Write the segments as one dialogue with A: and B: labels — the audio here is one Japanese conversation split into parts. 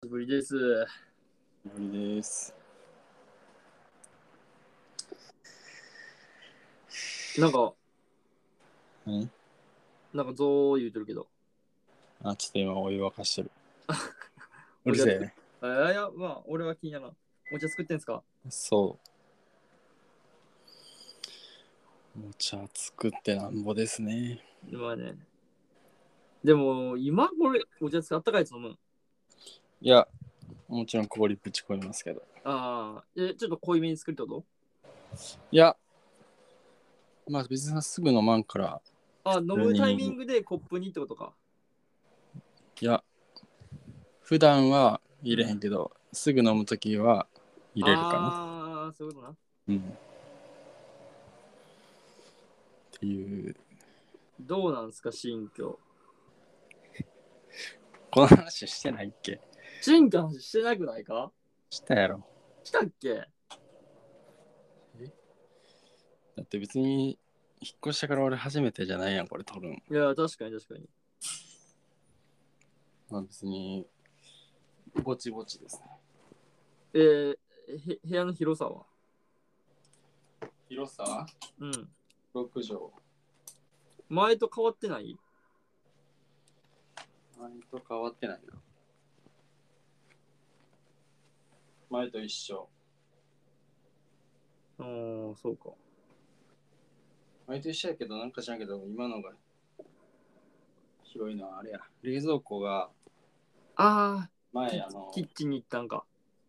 A: 久しぶりです。
B: 無理です。
A: なんか、
B: 何
A: なんかゾウ言うてるけど。
B: あ、ちょっと今お湯沸か してる。うるせえね。
A: あいやいや、まあ、俺は気にならん。お茶作ってんすか
B: そう。お茶作ってなんぼですね。
A: 今ね。でも、今これ、お茶使ったかいやつ飲むん。
B: いや、もちろん氷ぶち込みますけど。
A: ああ、え、ちょっと濃いめに作るってこと
B: いや、まあ別にすぐ飲まんから、
A: あ飲むタイミングでコップにってことか。
B: いや、普段は入れへんけど、すぐ飲むときは入れるか
A: ああー、そういうことな。
B: な。うん。っていう。
A: どうなんすか、新居。
B: この話してないっけ
A: 新居の話してなくないか
B: したやろ。
A: したっけ
B: だって別に引っ越してから俺初めてじゃないやんこれ撮るん、
A: いや、確かに確かに。
B: まあ、別にぼちぼちですね
A: えー、へ部屋の広さは
B: 広さは
A: うん。
B: 6畳
A: 前と変わってない
B: 前と変わってないな前と一緒
A: ああ、そうか。
B: 前と一緒やけどなんか知らんけど今のが広いのはあれや冷蔵庫が
A: ああ、
B: 前
A: キ
B: あの
A: キッチンに行ったんか。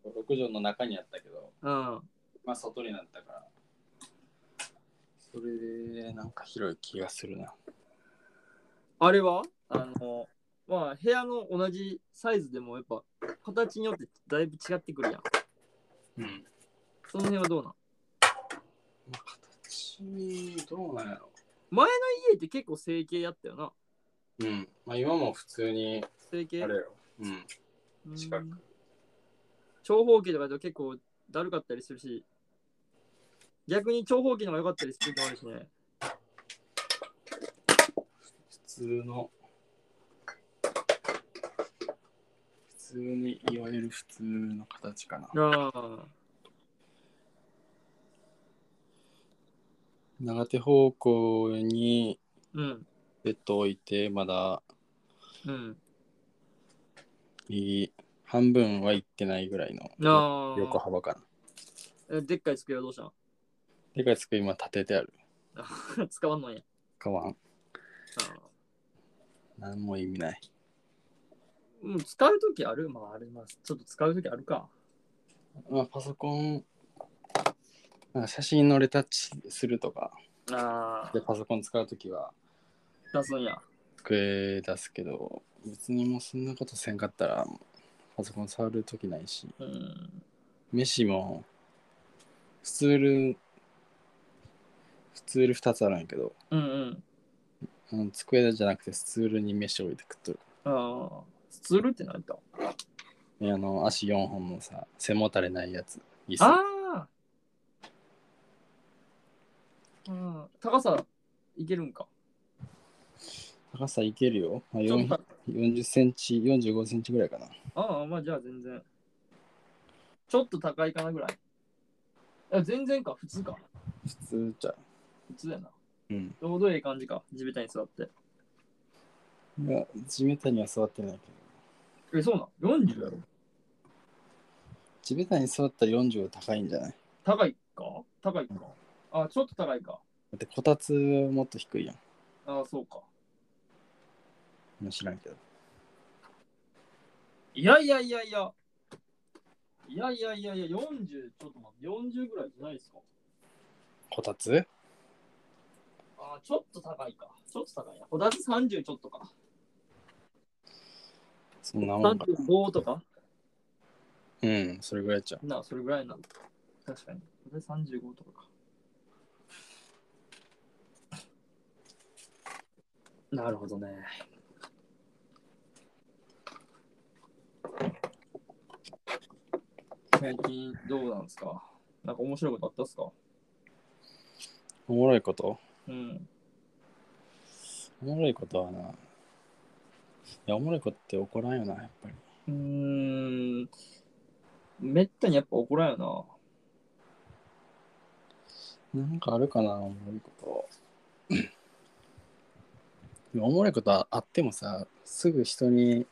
B: 6畳の中にあったけど
A: うん。
B: まあ外になったからそれでなんか広い気がするな
A: あれはあの、まあ、部屋の同じサイズでもやっぱ形によってだいぶ違ってくるやん。
B: うん
A: その辺はどうなん
B: 形どうなんやろ
A: 家って結構整形やったよな。
B: うんまあ今も普通に
A: 整形
B: あれようん
A: うん
B: 近く
A: 長方形とかだと結構だるかったりするし、逆に長方形の方が良かったりするとあるしね。
B: 普通の普通にいわゆる普通の形かな
A: ああ、
B: 長手方向に
A: うん、
B: ベッド置いてまだ
A: うん。
B: 右半分はいってないぐらいの
A: あ
B: 横幅かな
A: あ、でっかい机はどうしたん
B: でかい机今立ててある
A: 使わん のんや。
B: かわん
A: ああ
B: 何も意味ない
A: もう使うときあるまああります。ちょっと使うときあるか。
B: まあパソコンなんか写真のレタッチするとか
A: あ
B: でパソコン使うときは
A: あ、出すんや。
B: 机出すけど別にもうそんなことせんかったらパソコン触るときないし
A: うん。
B: 飯もスツールスツール2つあるんやけど
A: うんうん。
B: あの机じゃなくてスツールに飯置いて食っとる
A: ああ、スツールって何だった
B: であの足4本のさ背もたれないやつ椅子
A: ああ、うん、高さいけるんか。
B: 高さいけるよ、まあ、
A: ちょっ
B: 4
A: と
B: 0センチ45センチぐらいかな
A: ああ、まあじゃあ全然。ちょっと高いかなぐらい。いや全然か、普通か。
B: 普通じゃ
A: 普通やな。
B: うん
A: ちょうどいい感じか、地べたに座って。
B: いや地べたには座ってないけど
A: え、そうなん ?40 やろ。
B: 地べたに座ったら40は高いんじゃない
A: 高いか高いか。ああ、ちょっと高いか。
B: だってこたつもっと低いやん
A: ああ、そうか。
B: もう知らんけど
A: いやいやいやいや。いやいやいやいや、40、ちょっと待って、40ぐらいじゃないですか。
B: こたつ
A: ああ、ちょっと高いか。ちょっと高いな。こたつ30ちょっとか。
B: そんなもんか。
A: 35とか
B: うん、それぐらいじゃん。
A: なあ、それぐらいな。確かに。こたつ35とかか。なるほどね。最近どうなんですかなんか面白いことあったっすか
B: おもろいこと
A: うん。
B: おもろいことはな。いや、おもろいことって怒らんよな、やっぱり。
A: うーん、めったにやっぱ怒らんよ
B: なんかあるかな、おもろいこと。 でもおもろいことあってもさ、すぐ人に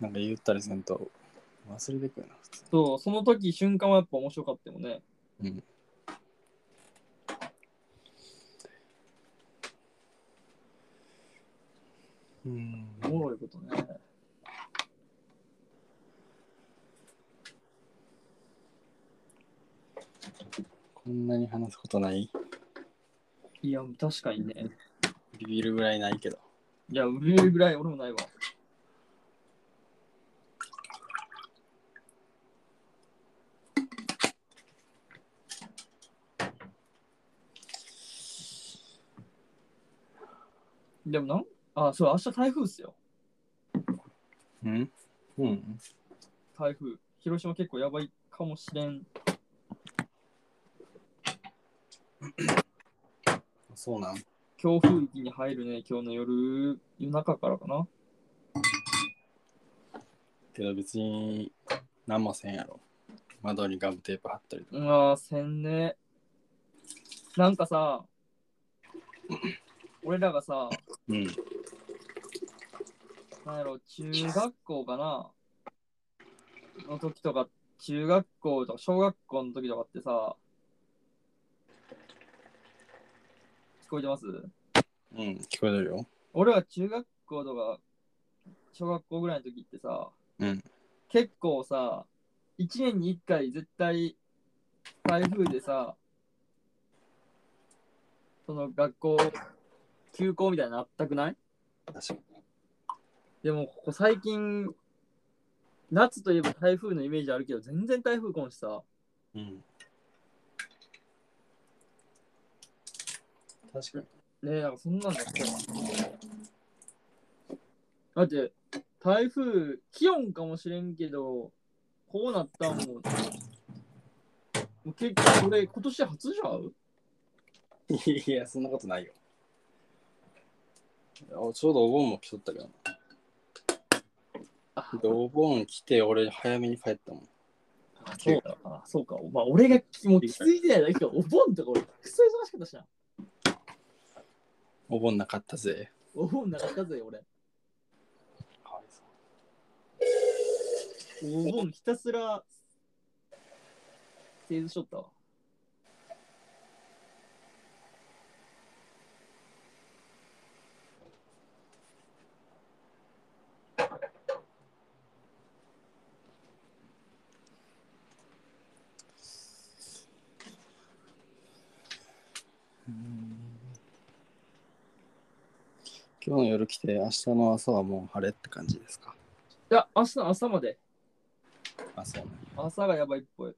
B: なんか言ったりせんと忘れてくよな、普通
A: な。そう、その時瞬間はやっぱ面白かったよね。
B: うん。
A: おもろいことね。
B: こんなに話すことない
A: いや、確かにね。
B: ビビるぐらいないけど。
A: いや、売れるぐらい俺もないわ。でもなん、あ、そう、明日台風っすよ。
B: うんうん。
A: 台風。広島結構やばいかもしれん。
B: そうなん。
A: 強風域に入るね、今日の夜、夜中からかな。
B: けど別に何もせんやろ。窓にガムテープ貼ったりとか。
A: うわ、せんね。なんかさ、俺らがさ、
B: うん。
A: なんやろ、中学校かなの時とか、中学校とか小学校の時とかってさ、聞こえてます
B: うん、聞こえてるよ。
A: 俺は中学校とか、小学校ぐらいの時ってさ、
B: うん
A: 結構さ、1年に1回絶対台風でさ、その学校、休校みたいなのあったくない
B: 確かに。
A: でもここ最近夏といえば台風のイメージあるけど全然台風来んしさ
B: うん。確かに。
A: ねえなんかそんなんだってだって台風気温かもしれんけどこうなったんももう結構これ今年初じゃう
B: いや、そんなことないよ。あちょうどお盆も来とったけど
A: あ
B: な。でお盆来て、俺、早めに帰ったもん。
A: そうかあそうかまあ俺がきもう気づいてないだけかお盆とか俺クソ忙しかったしな
B: お盆なかったぜ。
A: お盆なかったぜ俺
B: かわいそう。
A: お盆ひたすら製図しとったわ
B: 今日の夜来て、明日の朝はもう晴れって感じですか。
A: いや明日の朝まで
B: あ、そうね。
A: 朝がやばいっぽい。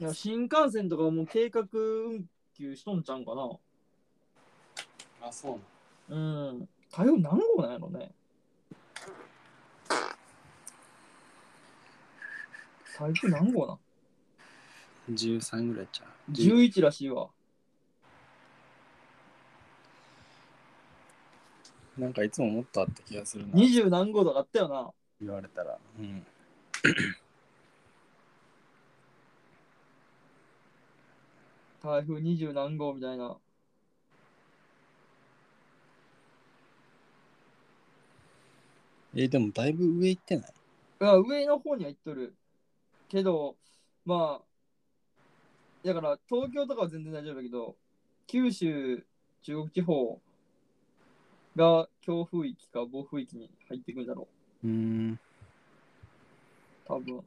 A: いや新幹線とかもう計画運休しとんちゃうんか
B: あ、そう
A: な。
B: ね。
A: うん。台風何号なんやろね。台風何号なん
B: 13ぐらいちゃう。
A: ?11 らしいわ。
B: なんかいつももっとあった気がするな。
A: 20何号とかあったよな。
B: 言われたら。うん。
A: 台風20何号みたいな。
B: えでもだいぶ上行ってない
A: あ上の方には行っとるけどまあだから東京とかは全然大丈夫だけど九州中国地方が強風域か暴風域に入っていくんだろ
B: うん。
A: う多分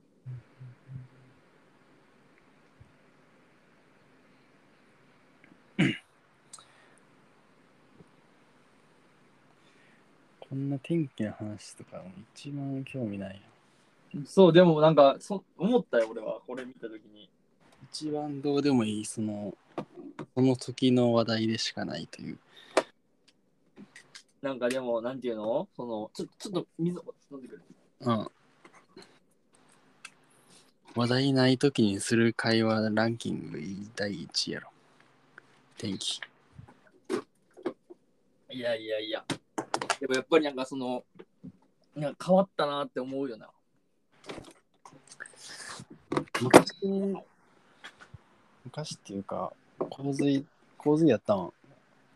B: こんな天気の話とか一番興味ないよ。
A: そうでもなんかそ思ったよ俺はこれ見た時に
B: 一番どうでもいい、その、その時の話題でしかないという。
A: なんかでもなんていうのそのちょちょっと水を飲んでくる
B: うん。話題ない時にする会話ランキング第1やろ。天気。
A: いやいやいやでもやっぱりなんかそのうなんか変わったなって思うよな。
B: 昔昔っていうか、洪水、洪水やったん。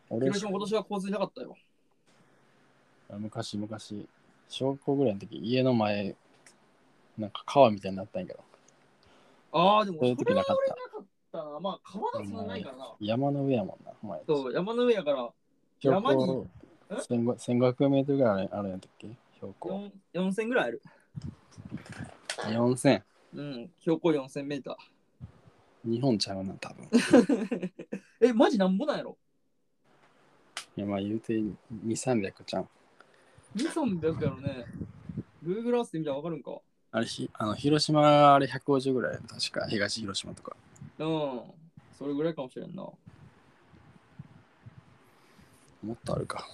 B: 俺、
A: 広島今年は洪水なかったよ。
B: 昔、昔、小学校ぐらいの時、家の前、なんか川みたいになったんやけど、
A: ああ、でも
B: そういう
A: そ
B: 時
A: れ
B: な
A: は
B: かっ
A: 俺な。
B: た
A: かったな。まあ、川がそんなないからな。
B: 山の上やもんな、お前。
A: そう、山の上やから
B: 標
A: 山に
B: 高1500 1500メートルぐらいあるんやったっけ標高。
A: 4 4000ぐらいある。
B: 4000。
A: うん、標高4000メータ
B: 日本ちゃうな、多分。
A: ー。え、マジなんぼなんやろ
B: いや、まあ言うて2、300ちゃう。
A: ?2300 やろね。Google Earth で見たらわかるんか。
B: あれ、ひあの広島があれ150ぐらいやった確か、東広島とか。
A: うん。それぐらいかもしれんな。
B: もっとあるか。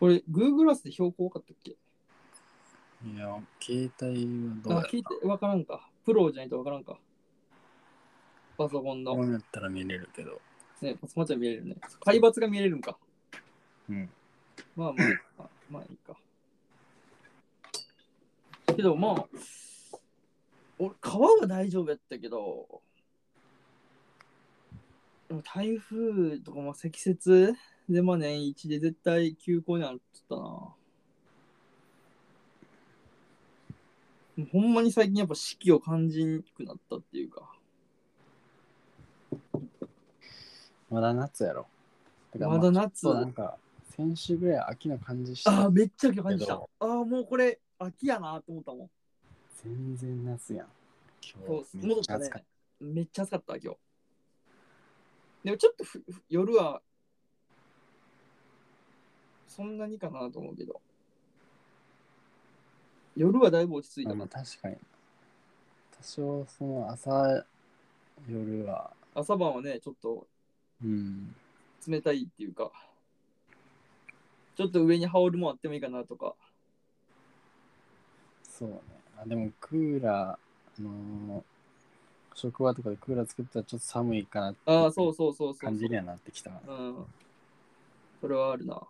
A: これ、Google Earth で標高多かったっけ
B: いや、携帯はどうや
A: あ
B: っ、
A: 聞いて、わからんか。プロじゃないとわからんか。パソコン
B: た
A: の。
B: どうやったら見れるけど。
A: ね、パソコンじゃ見れるね。海抜が見れるんか。
B: うん。
A: まあまあ、あまあいいか。けどまあ、俺、川は大丈夫やったけど、でも台風とかまあ積雪でまあ年一で絶対休校になるっつったな。もうほんまに最近やっぱ四季を感じにくくなったっていうか。
B: まだ夏やろ。だから
A: まだ夏
B: まあちょっとなんか、先週ぐらい秋の感じし
A: ああ、
B: た。
A: めっちゃ秋を感じた。
B: け
A: ああ、もうこれ秋やなと思ったもん。
B: 全然夏やん。
A: そ
B: 今
A: う
B: 日、め
A: 戻
B: っ
A: っ
B: ち
A: た
B: ゃ
A: ね
B: 暑かっ。
A: めっちゃ暑かった、今日。でもちょっとふふ夜は、そんなにかなと思うけど。夜はだいぶ落ち着い
B: た。
A: た
B: ま
A: な
B: あ、確かに。多少、その朝、夜は、
A: 朝晩はね、ちょっと
B: うん。
A: 冷たいっていうか、ちょっと上に羽織るもんあってもいいかなとか。
B: そうね。あでも、クーラー、あのー職場とかでクーラー作ったらちょっと寒いかなって
A: ああ、そうそうそうそうそう。
B: 感じにはなってきたな。
A: うん。それはあるな。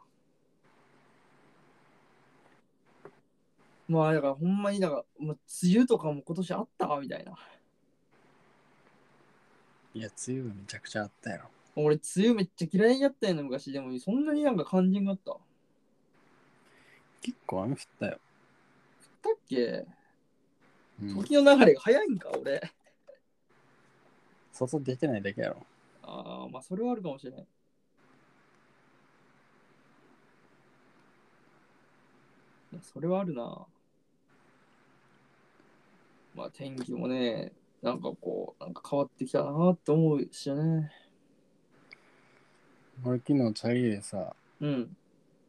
A: まあ、だからほんまになんか、もう梅雨とかも今年あったみたいな。
B: いや、梅雨がめちゃくちゃあったやろ。
A: 俺、梅雨めっちゃ嫌いやったよね、昔。でも、そんなになんか肝心があった。だ
B: 結構雨降ったよ。
A: っけ
B: うん、
A: 時の流れが早いんか、俺。
B: 外出てないだけやろ。
A: ああ、まあ、それはあるかもしれない。いやそれはあるな。まあ、天気もね、なんかこう、なんか変わってきたなって思うしね。
B: 俺、昨日、チャリでさ、
A: うん。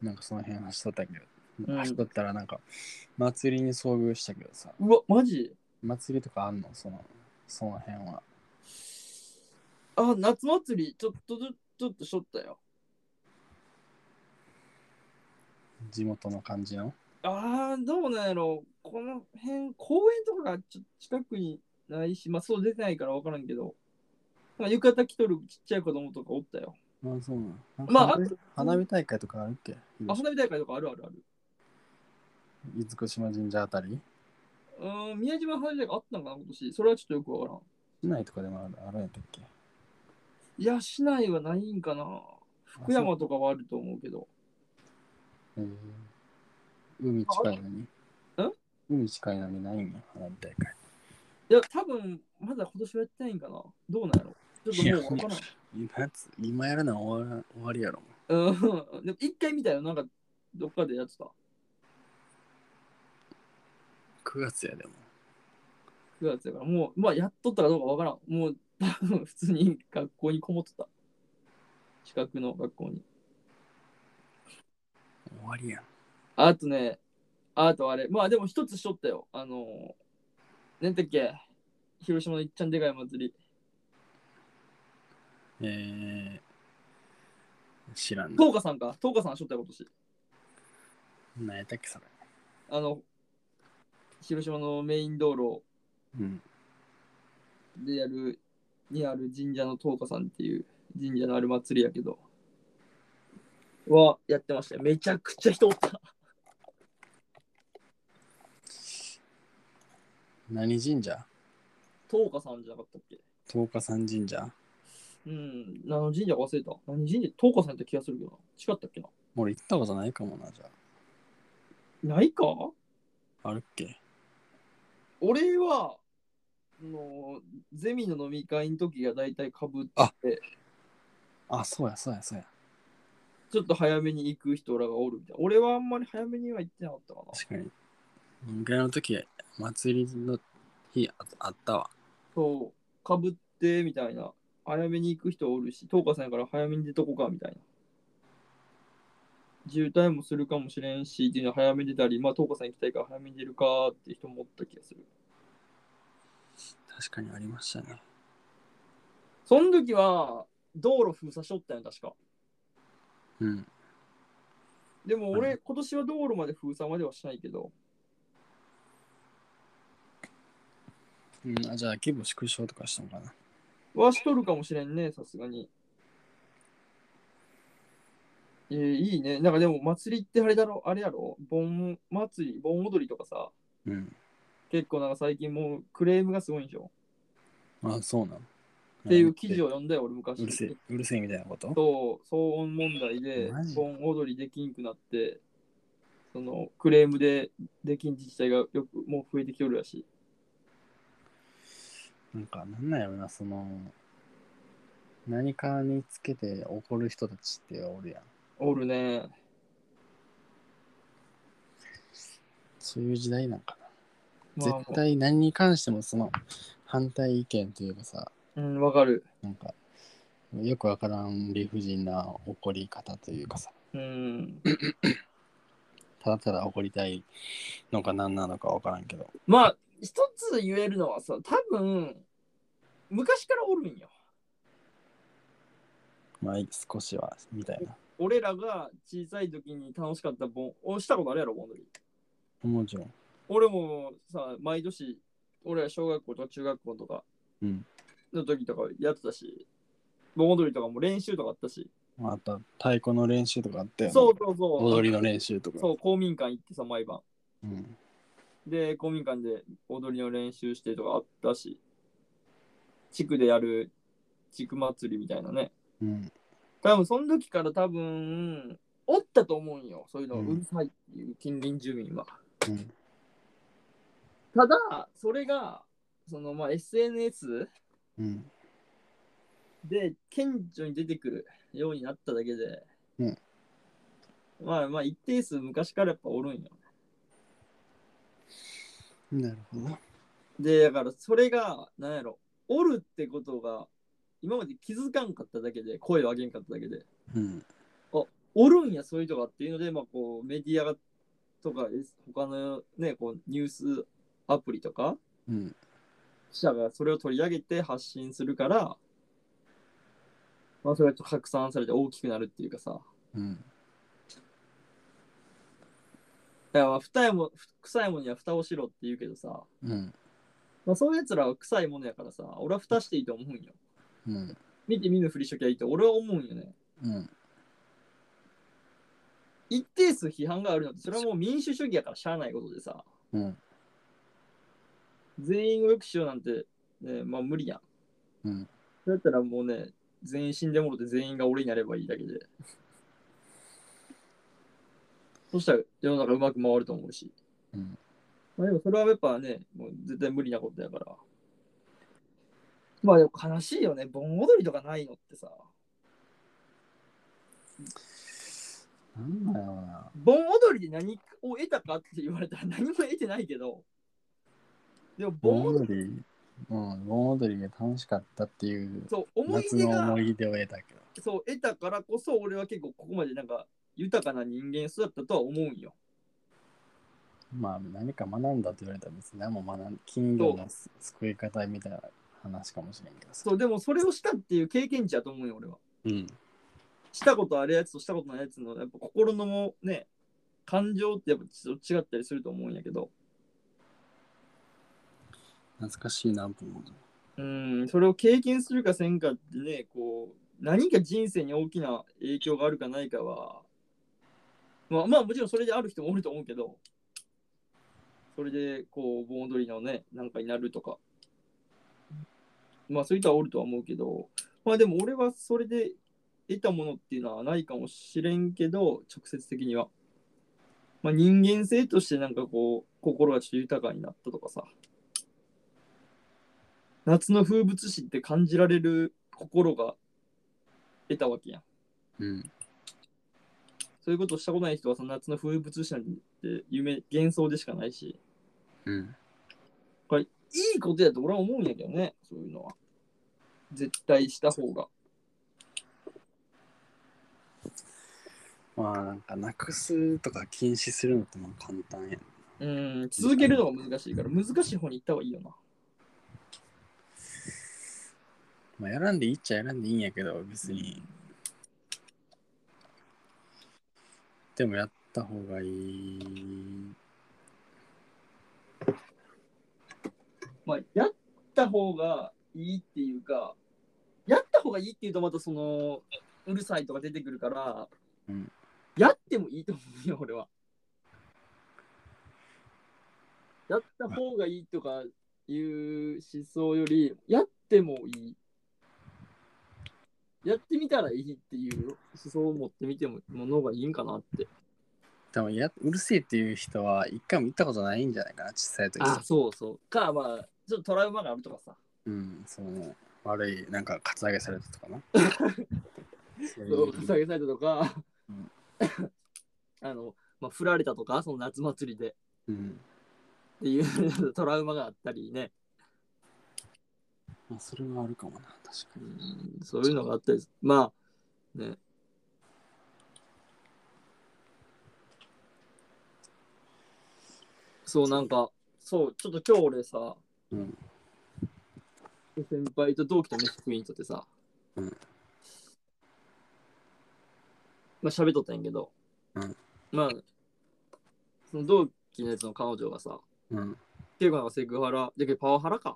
B: なんかその辺走っとったけど、
A: うん
B: 走っとったらなんか、祭りに遭遇したけどさ、
A: うわ、マジ
B: 祭りとかあんのその、その辺は。
A: あ、夏祭り、ちょっとずちょっとしょったよ。
B: 地元の感じの。
A: ああ、どうなんやろこの辺、公園とかがちょ近くにないし、まあ、そう出てないから分からんけど、まあ、浴衣着とるちっちゃい子供とかおったよ。
B: まあ、そうなの。なんか
A: まあ
B: 花火花火大会とかあるっけ
A: あ、花火大会とかあるあるある。
B: 厳島神社あたり
A: うーん、宮島花火大会あったのかな、今年。それはちょっとよく分からん。
B: 市内とかでもあるあるんやったっけ
A: いや、市内はないんかな。福山とかはあると思うけど。
B: えー海近いのに。
A: あれん
B: 海近いのにないんや、花火大会。
A: いや、多分まだ今年はやってないんかな。どうなんやろちょっともう分からん。
B: 今今やるのは終わら終わりやろ。
A: うん、でも一回見たよ、なんかどっかでやってた。
B: 9月やでも。
A: 9月やから、もう、まあ、やっとったかどうかわからん。もう、多分普通に学校にこもっとった。近くの学校に。
B: 終わりやん。
A: あとね、あとあれ、まあでも一つしとったよ。あのー、なんだっけ、広島のいっちゃんでかい祭り。
B: えー、知らんな。
A: 東華さんか、東華さんしとったよ、今年。
B: 何やったっけそれ。
A: あの、広島のメイン道路
B: うん。
A: でやる、にある神社の東花さんっていう神社のある祭りやけど、はやってましたよ。めちゃくちゃ人おった。
B: 何神社
A: 東花さんじゃなかったっけ
B: 十日山神社
A: うん、あの神社忘れた。何神社東花さんやって気がするけどな。違ったっけな
B: 俺行ったことないかもな、じゃ
A: ないか
B: あ。あるっけ
A: 俺は、あのゼミの飲み会の時が大体かぶ
B: あ
A: って、
B: あ、そうや、そうや、そうや。
A: ちょっと早めに行く人らがおるみたいな。俺はあんまり早めには行ってなかったかな。
B: 確かに。飲み会の時、祭りの日ああったわ。
A: そう、かぶってみたいな。早めに行く人おるし、東花さんやから早めに出とこかみたいな。渋滞もするかもしれんし、っていうのは早めに出たり、まあ、東花さん行きたいから早めに出るかっていう人もおった気がする。
B: 確かにありましたね。
A: その時は、道路封鎖しとったんや、確か。
B: うん。
A: でも俺、
B: う
A: 今年は道路まで封鎖まではしないけど、
B: うん、あじゃあ、規模縮小とかしたのかな。
A: はしとるかもしれんね、さすがに。えー、いいね。なんかでも祭りってあれだろ、あれやろ、盆祭り、盆踊りとかさ、
B: うん。
A: 結構なんか最近もうクレームがすごいんでしょ。
B: あ、そうなの。
A: っていう記事を読んだよ、俺昔。
B: うるせえ、うるせえみたいなこと
A: と騒音問題で
B: マジ
A: 盆踊りできんくなってそのクレームでできん自治体がよくもう増えてきてるらしい
B: なんか、なんなんやろな、その、何かにつけて怒る人たちっておるやん。
A: おるね
B: そういう時代なんかな。
A: まあ
B: 絶対何に関してもその反対意見というかさ、
A: うんわかる
B: なんか、よくわからん理不尽な怒り方というかさ、
A: うん
B: ただただ怒りたいのか何なのかわからんけど。
A: まあ一つ言えるのはさ多分昔からおるんよ
B: まあ、少しは、みたいな。
A: 俺らが小さい時に楽しかった盆おしたことあるやろ盆踊り
B: もちろん。
A: 俺もさ毎年俺ら小学校とか中学校とか
B: うん。
A: の時とかやってたし盆踊りとかも練習とかあったし
B: まあ、あと、太鼓の練習とかあったよね。
A: そうそうそう
B: 踊りの練習とか。
A: そう、公民館行ってさ、毎晩。
B: うん。
A: で、公民館で踊りの練習してとかあったし、地区でやる地区祭りみたいなね。
B: うん。
A: 多分その時から多分、おったと思うんよ。そういうの
B: うん
A: うるさいっていう近隣住民は。
B: うん。
A: ただ、それが、そのまあ SNS
B: うん。
A: で顕著に出てくるようになっただけで、
B: うん
A: まあまあ一定数昔からやっぱおるんよ。
B: なるほど。
A: で、だからそれが、なんやろ、おるってことが、今まで気づかんかっただけで、声を上げんかっただけで、
B: うん。
A: おるんや、そういう人がっていうので、まあ、こう、メディアがとか、S- 他のね、こう、ニュースアプリとか、
B: うん。
A: 記者がそれを取り上げて発信するから、まあ、それが拡散されて大きくなるっていうかさ、
B: うん。
A: だからまあ、二重も、臭いものには蓋をしろって言うけどさ、
B: うん。
A: まあ、そういう奴らは臭いものやからさ、俺は蓋していいと思うんよ。
B: うん。
A: 見て見ぬふりしときゃいいと俺は思うんよね。
B: うん。
A: 一定数批判があるのってそれはもう民主主義やからしゃあないことでさ
B: うん。
A: 全員を良くしようなんて、ね、まあ無理やん
B: うん。
A: だったらもうね全員死んでもろて全員が俺になればいいだけ でそしたら世の中うまく回ると思うし、
B: うん
A: まあでもそれはやっぱねもう絶対無理なことやからまあでも悲しいよね盆踊りとかないのってさ
B: なんだよな。
A: 盆踊りで何を得たかって言われたら何も得てないけどでも盆
B: 盆
A: 踊り
B: 踊り、うん、盆踊りが楽しかったっていう
A: そう思い
B: 夏
A: 出
B: の
A: が
B: 思い出を得たけど。
A: そう得たからこそ俺は結構ここまでなんか豊かな人間に育ったとは思うんよ。
B: まあ何か学んだと言われたら別に何も学ん金魚のす救い方みたいな話かもしれんけどさ。
A: そうでもそれをしたっていう経験値だと思うよ俺は。
B: うん。
A: したことあるやつとしたことないやつのやっぱ心のもね感情ってやっぱちょっと違ったりすると思うんやけど
B: 懐かしいなと思う。
A: うん、それを経験するかせんかってね、こう、何か人生に大きな影響があるかないかは、まあ、まあ、もちろんそれである人もおると思うけど、それで、こう、盆踊りのね、なんかになるとか、まあ、そういう人はおるとは思うけど、まあ、でも俺はそれで得たものっていうのはないかもしれんけど、直接的には。まあ、人間性としてなんかこう、心がちょっと豊かになったとかさ、夏の風物詩って感じられる心が得たわけやん。
B: うん。
A: そういうことしたことない人はその夏の風物詩なんて夢、幻想でしかないし、
B: うん。
A: いいことやと俺は思うんやけどね、そういうのは。絶対した方が。
B: まあなんかなくすとか禁止するのってまあ簡単やん。
A: うん、続けるのが難しいから、難しい方に行った方がいいよな。
B: まあやらんでいいっちゃやらんでいいんやけど、別に。でもやった方がいい。
A: まあ、やった方がいいっていうか、やった方がいいっていうとまたその、うるさいとか出てくるから、
B: うん
A: やってもいいと思うよ、俺は。やった方がいいとかいう思想より、やってもいい。やってみたらいいっていう思想を持ってみてもものがいいんかなって。
B: でもやうるせえっていう人は一回も行ったことないんじゃないかな、小さい時
A: あ、そうそう。か、まあ、ちょっとトラウマがあるとかさ。
B: うん、そうね。悪い、なんか、カツアゲされたとかな。そうい
A: そう、
B: う
A: かさげされたとか
B: うん、
A: あの、まあ、振られたとか、その夏祭りで
B: うん。
A: っていう トラウマがあったりね、
B: まあ、それはあるかもな、確か
A: うんそういうのがあったりす、まあ、ね、そう、なんか、そう、ちょっと今日俺さ、
B: に。うん。
A: 先輩と同期と飯食いにとってさ、
B: うん
A: まあ喋っとったんやけど、
B: うん
A: まあその同期のやつの彼女がさ
B: うん。
A: 結構なんかセクハラだけどパワハラか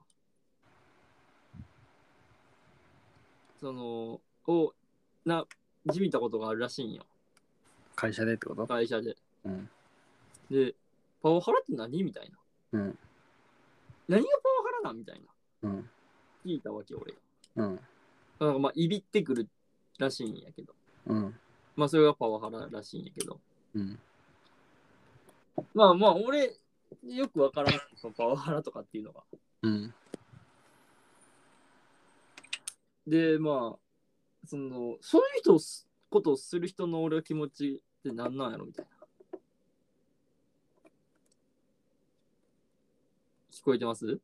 A: そのをなじみたことがあるらしいんよ
B: 会社でってこと
A: 会社で
B: うん。
A: でパワハラって何みたいな、
B: うん
A: 何がパワハラなんみたいな
B: うん。
A: 聞いたわけ俺が
B: うん。
A: なんかまあいびってくるらしいんやけど
B: うん。
A: まあそれがパワハラらしいんやけど。
B: うん。
A: まあまあ俺、よくわからん。そのパワハラとかっていうのが。
B: うん。
A: で、まあ、その、そういう人をすことをする人の俺は気持ちってなんなんやろみたいな。聞こえてます聞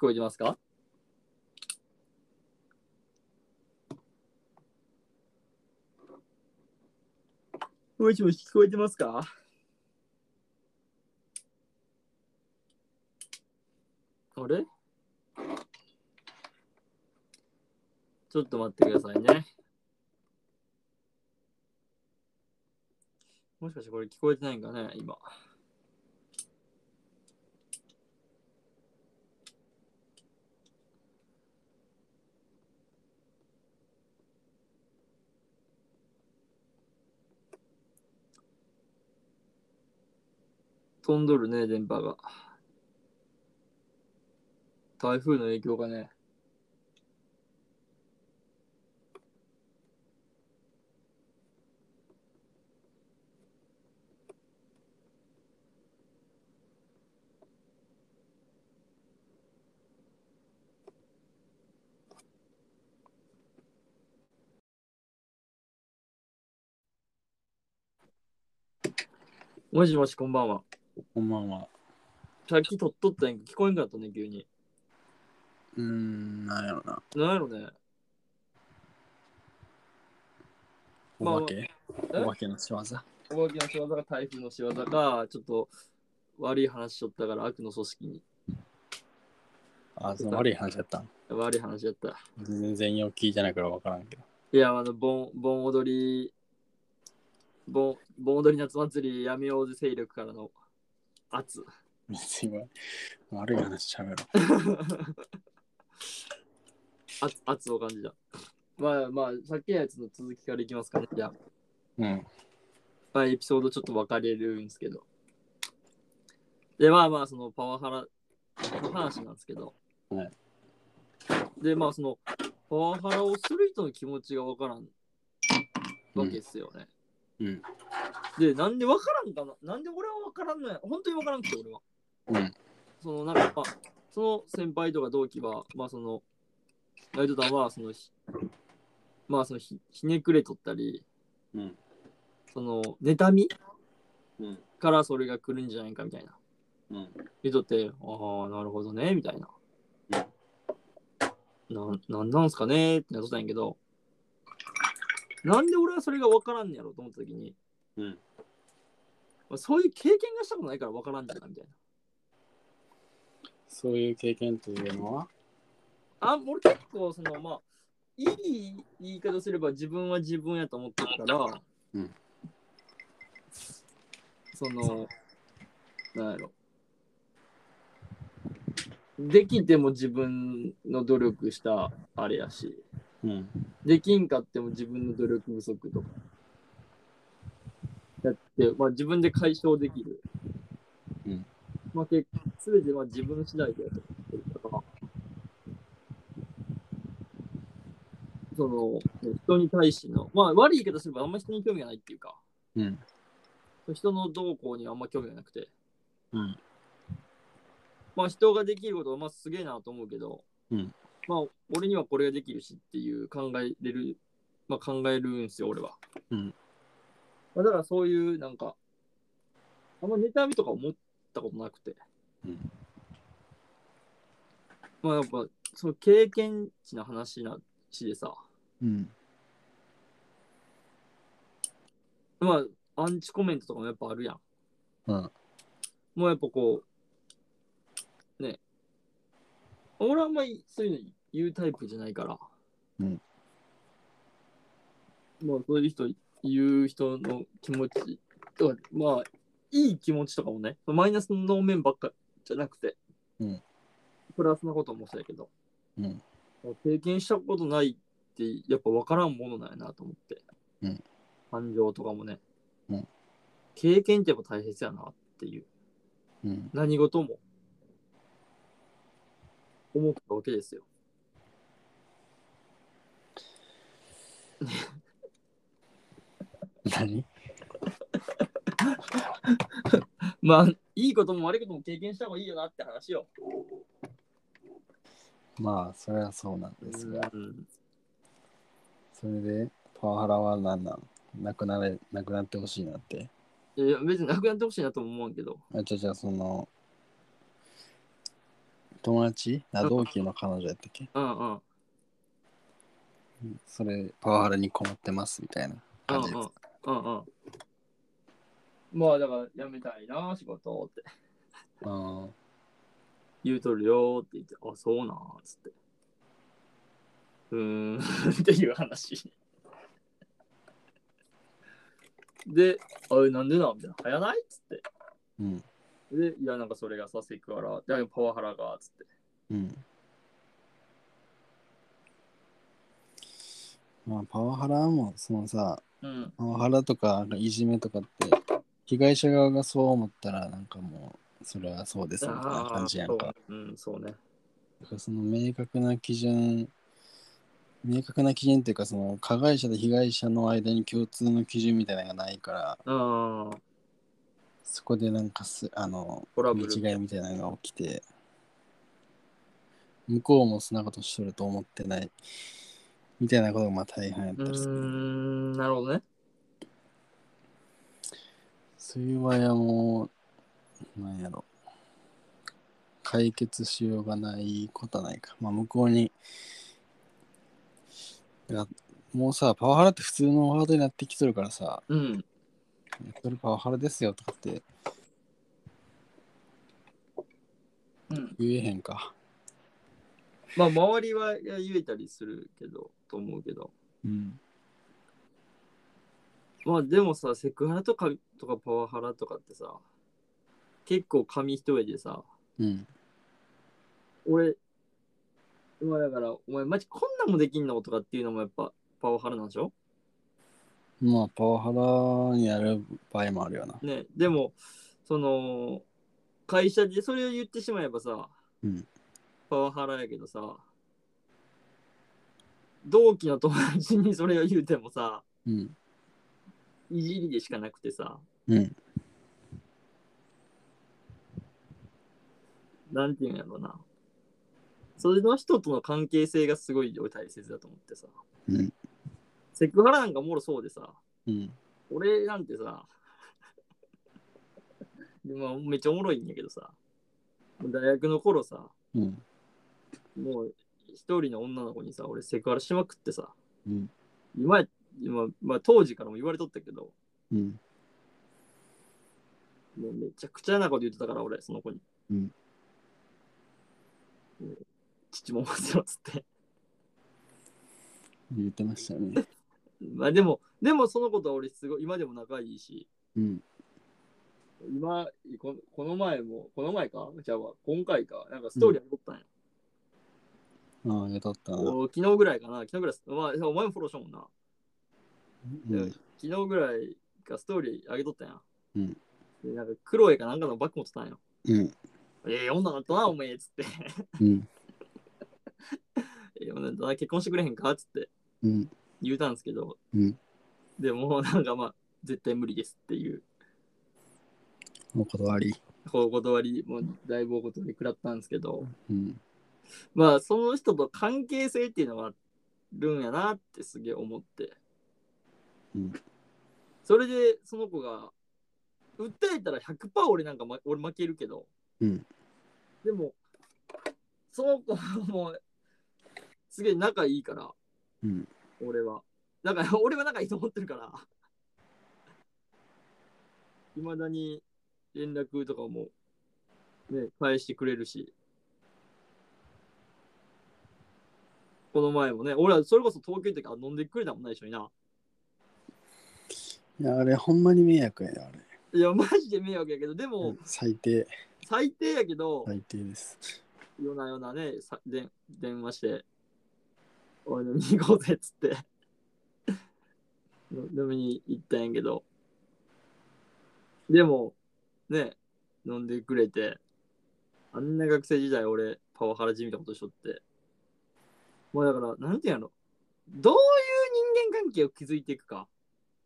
A: こえてますかもしもし聞こえてますかあれちょっと待ってくださいね。もしかしてこれ聞こえてないんかね、今。飛んどるね、電波が。台風の影響がね。もしもし、こんばんは。
B: こんばんは。
A: さっき撮っとったんやけど聞こえんかったね、急に。
B: うーん、なんやろな。
A: なんやろね。まあ
B: お化け、
A: え
B: お化けの仕業
A: 大きの仕業か台風の仕業か、ちょっと悪い話しとったから悪の組織に。
B: あ、その悪い話やったん
A: 悪い話やった。
B: 全然よく聞いてないから分からんけど。
A: いや、あの、盆盆踊り、盆盆踊り夏祭り闇王子勢力からの圧。
B: 別に今、悪い話しゃべろう。
A: 圧、圧を感じた。まあまあ、さっきのやつの続きからいきますかね。じゃあ、
B: うん。
A: まあ、エピソードちょっと分かれるんですけど。で、まあまあ、そのパワハラの話なんですけど。
B: はい
A: で、まあ、その、パワハラをする人の気持ちが分からんわけですよね。
B: うん
A: で、なんで分からんかななんで俺は分からんのや本当に分からんくて、俺は。
B: うん
A: その、なんか、まあ、その先輩とか同期は、まあ、その、ライトさんは、その、ひまあ、そのひ、ひねくれとったり、
B: うん
A: その、妬み
B: うん。
A: からそれが来るんじゃないかみたいな。
B: うん。
A: 言うとって、ああ、なるほどね、みたいな。なんなんなんすかねってなっとったんやけど、なんで俺はそれが分からんねやろと思った時に、
B: うん
A: まあ、そういう経験がしたことないから分からんじゃなみたいな。
B: そういう経験というのは
A: あ、俺結構その、まあ、いい言い方すれば自分は自分やと思ってるから、
B: うん
A: その、なんやろ。できても自分の努力したあれやし、
B: うん。
A: できんかっても自分の努力不足とか。だって、まあ自分で解消できる。
B: うん。
A: まあ結すべては自分次第でやと思ってるから。その、人に対しての、まあ悪い言い方すればあんま人に興味がないっていうか、
B: うん。
A: 人の動向にはあんま興味がなくて、
B: うん。
A: まあ人ができることはまあすげえなと思うけど、
B: うん
A: まあ俺にはこれができるしっていう考えれる、まあ考えるんですよ、俺は。
B: うん
A: まあ、だからそういうなんか、あんま妬みとか思ったことなくて。
B: うん
A: まあやっぱ、その経験値の話なしでさ、
B: うん。
A: まあアンチコメントとかもやっぱあるやん。
B: うん。
A: もうやっぱこう、ね、俺はあんまりそういうの言うタイプじゃないから、
B: うん。
A: まあそういう人、言う人の気持ちとか、まあいい気持ちとかもね、マイナスの面ばっかじゃなくて、
B: うん。
A: プラスなこともそうやけど、
B: うん。
A: 経験したことないって、やっぱ分からんものなんやなと思って、
B: うん。
A: 感情とかもね、
B: うん。
A: 経験ってやっぱ大切やなっていう。
B: うん。
A: 何事も思ったわけですよ。
B: 何
A: まあ、いいことも悪いことも経験した方がいいよなって話よ。
B: まあ、それはそうなんですが、
A: うん
B: それで、パワハラは何なんなくなれ、なくなってほしいなって。
A: いや別になくなってほしいなとも思うんけど、
B: あ、じゃあじゃあその、友達あ、同期の彼女やったっけ
A: うんうん、
B: それ、パワハラにこもってますみたいな
A: うんう
B: 感じです
A: ん、うんうん。
C: まあだから辞めたいな、仕事をって。
B: うん。
A: 言うとるよーって言って、あ、そうなんっつって。うーんっていう話。 で、あれなんでなんみたいな。早ないっつって。
B: うん。
A: で、いや、なんかそれがさ、セクハラ、でパワハラが、つって。
B: うん。まあ、パワハラも、そのさ、
A: うん。
B: パワハラとか、いじめとかって、被害者側がそう思ったら、なんかもう、それはそうですみたいな感じやんか。
A: そううん、そうね。
B: だからその明確な基準明確な基準っていうかその加害者と被害者の間に共通の基準みたいなのがないから
A: ああ、
B: そこでなんかすあの
A: トラブ
B: 見
A: ル。
B: 違いみたいなのが起きて向こうもそんなことしとると思ってないみたいなことがまあ大半やっ
A: う
B: たりす
A: ー
B: る
A: ん、なるほどね。
B: そういう場合はもうなんやろ解決しようがないことはないかまあ向こうにいやもうさパワハラって普通のワードになってきてるからさ
A: うん。
B: それパワハラですよとかって
C: うん。
B: 言えへんか
A: まあ、周りはいや言えたりするけど、と思うけど。
B: うん
A: まあ、でもさ、セクハラとかとかパワハラとかってさ、結構紙一重でさ、
B: うん。
A: 俺、まあだから、お前マジこんなんもできんのとかっていうのもやっぱパワハラなんでしょ
B: まあ、パワハラにやる場合もあるよな。
A: ね、でも、その、会社でそれを言ってしまえばさ、
B: うん
A: パワハラやけどさ、同期の友達にそれを言うてもさ、
B: うん。
A: いじりでしかなくてさ、
B: うん。
A: なんていうんやろうな。それの人との関係性がすごい俺大切だと思ってさ。
B: うん
A: セクハラなんかもろそうでさ、
B: うん。
A: 俺なんてさ、まあめっちゃおもろいんやけどさ、大学の頃さ、
B: うん。
A: もう一人の女の子にさ、俺セクハラしまくってさ、
B: うん
A: 今や、今まあ、当時からも言われとったけど、
B: うん。
A: もうめちゃくちゃなこと言ってたから、俺、その子に。
B: うん
A: もう父もませろっつって。
B: 言ってましたよね。
A: まあでも、でもその子とは俺、すごい、今でも仲いいし、
B: うん。
A: 今、ここの前も、この前かじゃあ、今回か、なんかストーリーあげとったんや。
B: ああ、やとったな。
A: お昨日ぐらいかな、昨日ぐらい、まあ、お前もフォローしたもんな。
B: うん。
A: 昨日ぐらいかストーリー上げとったやん。
B: うん
A: で、なんかクロエかなんかのバッグ持ってたんよ。
B: うん。
A: ええ女だったな、おめえっつって。
B: うん。
A: ええ女だったな、結婚してくれへんかっつって
B: うん。
A: 言うたんですけど。
B: うん
A: でも、なんかまあ、絶対無理ですっていう、
B: お断り。
A: お断り、もうだいぶお断り食らったんですけど、
B: うん。
A: まあ、その人と関係性っていうのがあるんやなってすげえ思って。
B: うん
A: それで、その子が、訴えたら100%俺なんか、ま、俺負けるけど、
B: うん
A: でも、その子も、すげえ仲いいから、
B: うん。
A: 俺は。だから、 俺は仲いいと思ってるから、いまだに連絡とかも、ね、返してくれるし、この前もね、俺はそれこそ東京行った時は飲んでくれたもんな、一緒にな。
B: いや、あれ、ほんまに迷惑やで、あれ。
A: いや、マジで迷惑やけど、でも、
B: 最低、
A: 最低やけど、
B: 最低です。
A: 夜な夜なね、さで電話して、おい飲みに行こうぜっつって、 飲みに行ったんやけど、でも、ね、飲んでくれて、あんな学生時代俺、パワハラじみたことしとって、もうだから、なんていうんやろ、どういう人間関係を築いていくか、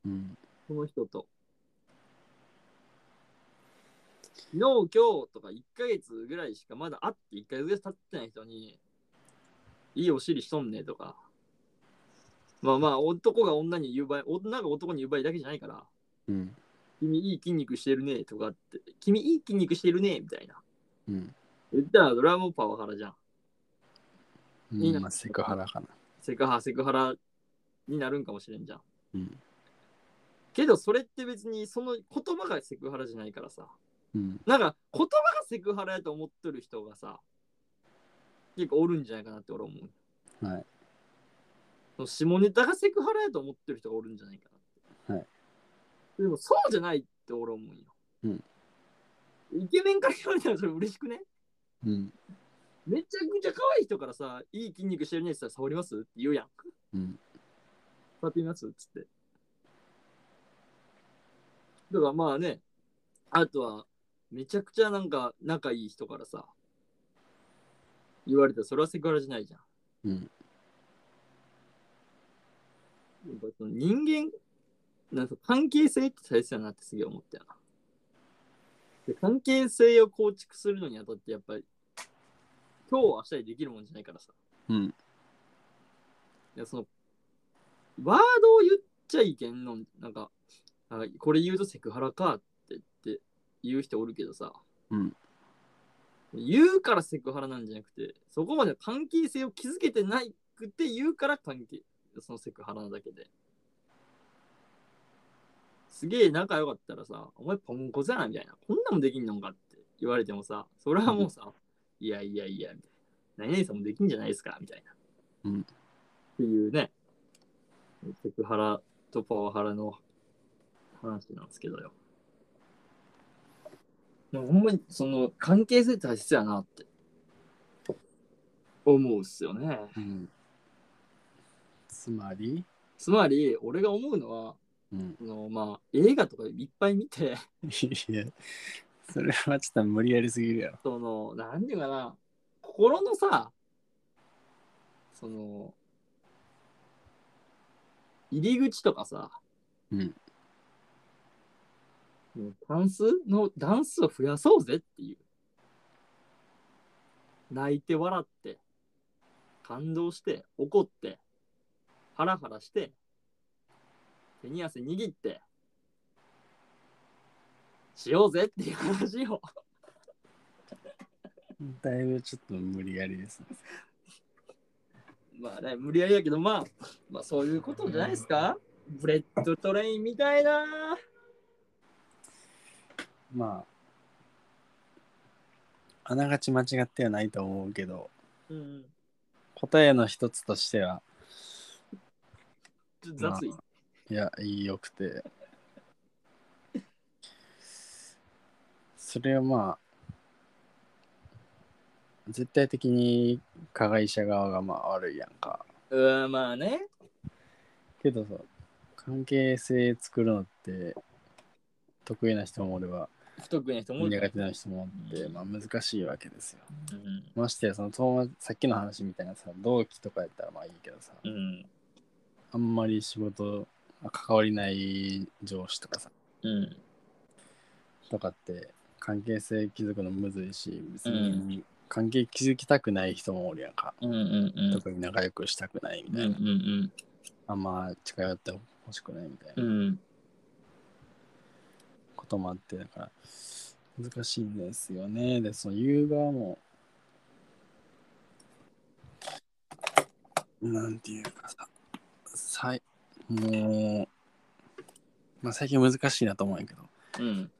B: うん。
A: この人と。昨日、今日とか1ヶ月ぐらいしかまだ会って1ヶ月ぐらい経ってない人に、いいお尻しとんねとか。まあまあ、男が女に言う場合、女が男に言う場合だけじゃないから、
B: うん。
A: 君いい筋肉してるねとかって、君いい筋肉してるねみたいな。
B: うん。
A: 言ったらドラムパワハラじゃん。いいな
B: まあ、セクハラかな。
A: セクハラ、セクハラになるんかもしれんじゃん。
B: うん。
A: けど、それって別にその言葉がセクハラじゃないからさ。
B: うん。
A: なんか言葉がセクハラやと思ってる人がさ、結構おるんじゃないかなって俺思う。
B: はい。
A: その下ネタがセクハラやと思ってる人がおるんじゃないかなって。
B: はい。
A: でもそうじゃないって俺思うよ。
B: うん。
A: イケメンから言われたらそれ嬉しくね
B: うん。
A: めちゃくちゃ可愛い人からさ、いい筋肉してるねって言ったら触りますって言うやん。
B: うん。
A: 触ってみますっつって。だからまあね、あとは、めちゃくちゃなんか仲いい人からさ、言われたらそれはセクハラじゃないじゃん。
B: うん
A: やっぱその人間、なんか関係性って大切だなってすげえ思ったよな。で関係性を構築するのにあたってやっぱり、今日明日にできるもんじゃないからさ。
B: うん。
A: いや、その、ワードを言っちゃいけんの、なんか、あこれ言うとセクハラかってって言う人おるけどさ、
B: うん
A: 言うからセクハラなんじゃなくて、そこまで関係性を築けてないくて言うから関係、そのセクハラなだけで。すげえ仲良かったらさ、お前ポンコツやなみたいな、こんなんもできんのんかって言われてもさ、それはもうさ、いやいやいや、みたいな。何々さんもできんじゃないですかみたいな。
B: うん
A: っていうね、セクハラとパワハラの話なんですけどよ。
C: でもほんまにその関係性大切やなって
A: 思うっすよね。
B: うん、つまり、
A: つまり、俺が思うのは、
B: うん、
A: あのまあ、映画とかいっぱい見て、
B: いや、それはちょっと無理やりすぎるやろ。
A: その、なんていうかな、心のさ、その、入り口とかさ、
B: うん
A: もうダンスのダンスを増やそうぜっていう。泣いて笑って、感動して、怒って、ハラハラして、手に汗握って、しようぜっていう話を。
B: だいぶちょっと無理やりですね。
A: まあね、無理やりやけど、まあ、まあそういうことじゃないですかブレッドトレインみたいな。
B: まあ、あながち間違ってはないと思うけど、
A: うん。
B: 答えの一つとしては、
A: ちょっと雑い。
B: いや、いいよくて。それはまあ、絶対的に加害者側がまあ悪いやんか。
A: うーん、まあね。
B: けどさ、関係性作るのって、得意な人もおれば、
A: 不得意な人も多い
B: 苦手な人もおって、まあ難しいわけですよ。
A: うん
B: ましてや、その友達さっきの話みたいなさ、同期とかやったらまあいいけどさ、
A: うん。
B: あんまり仕事、あ関わりない上司とかさ、
A: うん。
B: とかって関係性築くのむずいし別
A: う
B: に関係築きたくない人もおるやんか、
A: うんうんうん。
B: 特に仲良くしたくないみ
A: うん
B: た
A: う
B: いな、
A: ん
B: あんま近寄ってほしくないみたい
A: うん。
B: な
A: うん。
B: こともあってだから難しいんですよねでその言う側もなんていうかささいもう、まあ、最近難しいなと思うんやけど
A: うん。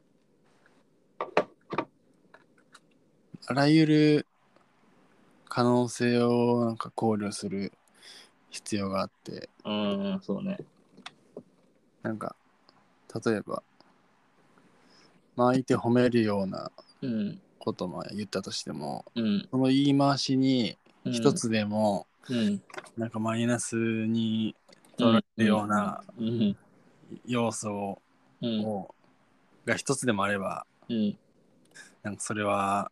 B: あらゆる可能性をなんか考慮する必要があって、
A: うん、そうね。
B: なんか、例えば、まあ相手褒めるような
A: うん。
B: ことも言ったとしても、
A: うん。
B: その言い回しに
A: うん
B: 一。つでも、
A: うん。
B: なんかマイナスに取られるような
A: うん。
B: 要素
A: うん。
B: を、が一つでもあれば、
A: うん。
B: なんかそれは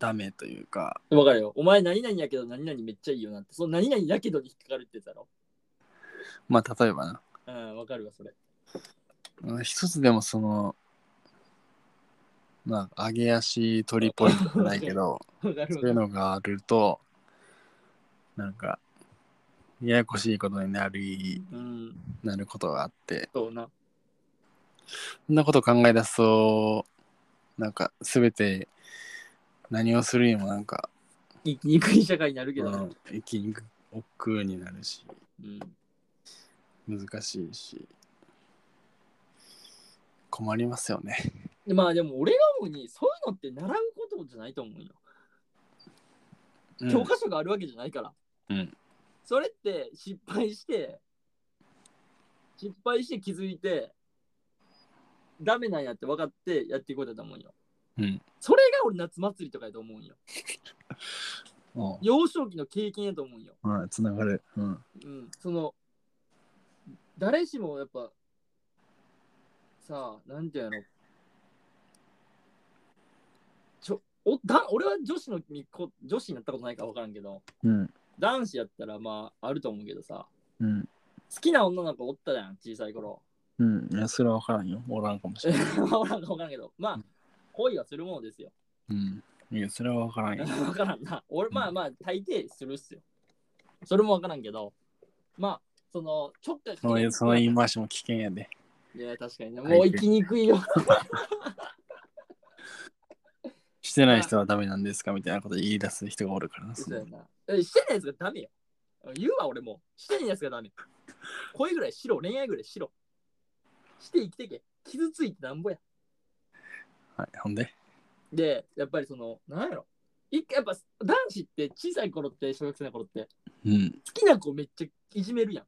B: ダメというか、
A: わかるよ。お前何々やけど何々めっちゃいいよなって。その何々やけどに引っかかるって言ったろ。
B: まあ例えばな、
A: うん、わかるわ、それ。
B: うん一つでもそのまあ上げ足取りポイントじゃないけど
A: わかる
B: そういう
A: わ。
B: のがあるとなんかややこしいことになり
A: うん。
B: なることがあって
A: そうな。
B: そんなこと考え出すとなんか全て何をするにもなんか、
A: 生きにくい社会になるけ
B: う
A: どね。
B: ん、生きにく億劫になるし
A: うん。
B: 難しいし困りますよ ね。
A: でまあでも俺が思うにそういうのって習うことじゃないと思うよ。
B: うん
A: 教科書があるわけじゃないから。
B: うん
A: それって失敗して失敗して気づいてダメなんやって分かってやっていくことだと思うよ。
B: うん
A: それが俺夏祭りとかやと思うんよ。
B: おう
A: 幼少期の経験やと思うんよ。
B: うん、つながる。うん
A: うん、その誰しもやっぱさあなんていうのちょおだ俺は女子のみこ女子になったことないから分からんけど
B: うん
A: 男子やったらまああると思うけどさ
B: うん
A: 好きな女の子おったじゃん小さい頃
B: うん、いや、それは分からんよ。おらんかもしれない。
A: おらんか分からんけどまあ恋はするものですよ
B: うん。いや、それは分 からんよ。
A: 分からんな俺まあまあ大抵するっすよそれも分からんけどまあそのちょっかいかけ
B: そ
A: ない
B: のその言い回しも危険やで。
A: いや確かにね
B: はい
A: もう生きにくいよ
B: してない人はダメなんですかみたいなこと言い出す人がおるからな。そ
A: そう
B: の
A: やな。え、してないやつがダメよ。言うわ、俺も。してないやつがダメ。恋ぐらいしろ、恋愛ぐらいしろ。して生きてけ。傷ついてなんぼや。
B: はい、ほんで。
A: で、やっぱりその、なんやろ。一回やっぱ男子って小さい頃って、小学生の頃って、
B: うん。
A: 好きな子めっちゃいじめるやん。い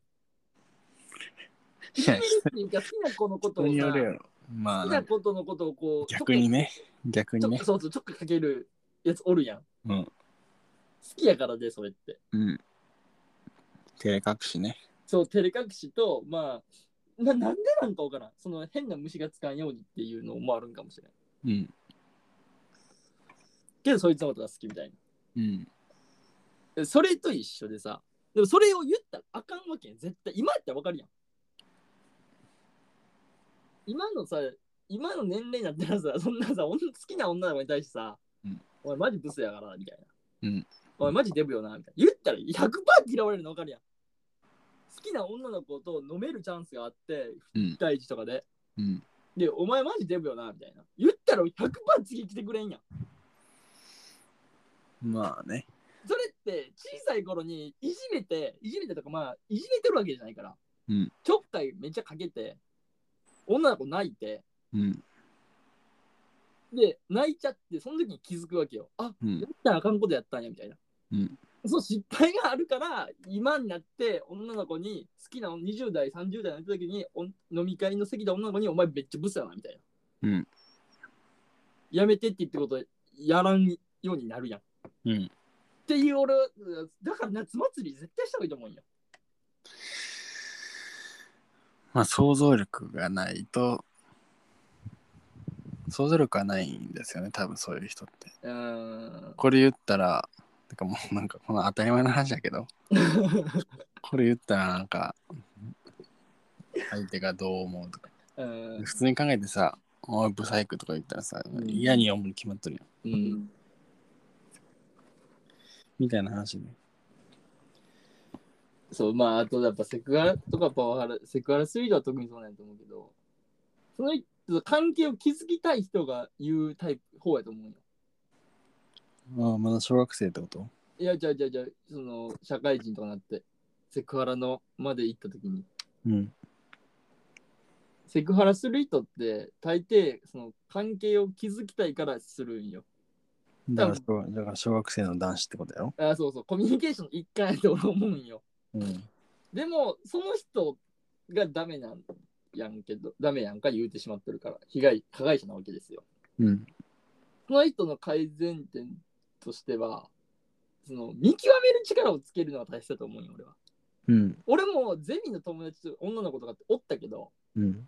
B: い
A: じめ
B: や
A: る、っていうか、好きな子のこと
B: 人
A: を
B: によるや
A: さ、
B: ろ。ま
A: 好
B: あ
A: き
B: な
A: なん
B: か
A: ことのことをこう、
B: 逆にね逆
A: ち
B: に
A: ょっ
B: ね
A: と、そうそう、ちょっとかけるやつおるやん。
B: うん
A: 好きやからで、それって。
B: うん照れ隠しね
A: そう、照れ隠しと、まあ、ななんでなんかわからん。その変な虫がつかんようにっていうのもあるんかもしれん。
B: うん
A: けど、そいつのことが好きみたい
B: うん
A: な。それと一緒でさ、でもそれを言ったらあかんわけやん。絶対、今やったらわかるやん。今のさ、今の年齢になったらさ、そんなさ、女好きな女の子に対してさ、
B: うん
A: お前マジブスやから、みたいな。
B: うん
A: お前マジデブよな、みたいな。言ったら100%嫌われるのわかるやん。好きな女の子と飲めるチャンスがあって、
B: うん
A: 1対1とかで。
B: うん
A: で、お前マジデブよな、みたいな。言ったら100%次来てくれんやん。
B: まあね
A: それって小さい頃にいじめて、いじめてとかまあ、いじめてるわけじゃないから、
B: うん
A: ちょっかいめっちゃかけて、女の子泣いて、
B: うん
A: で、泣いちゃって、その時に気づくわけよ。あ、
B: うん
A: やったらあかんことやったんや、みたいな。
B: うん
A: そう失敗があるから、今になって女の子に、好きな20代、30代の時にお飲み会の席で女の子に、お前めっちゃブスやな、みたいな。
B: うん
A: やめてって言ってことやらんようになるやん。
B: うん
A: っていう俺は、だから夏祭り絶対した方がいいと思うんよ。
B: まあ想像力がないと想像力がないんですよね多分そういう人って
A: うーん。
B: これ言ったらなんかもうなんかこの当たり前の話だけどこれ言ったらなんか相手がどう思うとか
A: うん
B: 普通に考えてさ「おいブサイク」とか言ったらさ
A: うん
B: 嫌に思うに決まっとるやん
A: うん。
B: みたいな話ね
A: そう、まあ、あとやっぱセクハラとかパワハラ、セクハラスリードは特にそうなんやと思うけど、その人と関係を築きたい人が言うタイプ、方やと思うよ。
B: ああまだ小学生ってこと
A: いや、じゃあじゃあじゃあその、社会人とかなって、セクハラのまで行った時に、
B: うん
A: セクハラする人って、大抵、その、関係を築きたいからするんよ。
B: だから小だから小学生の男子ってことやろ
A: あ、そうそう、コミュニケーションの一環やと俺思うんよ。
B: うん
A: でも、その人がダメなんやんけど、ダメやんか言うてしまってるから、被害、加害者なわけですよ。
B: うん
A: その人の改善点としては、その見極める力をつけるのは大切だと思うよ、俺は。
B: うん
A: 俺もゼミの友達と女の子とかっておったけど、
B: うん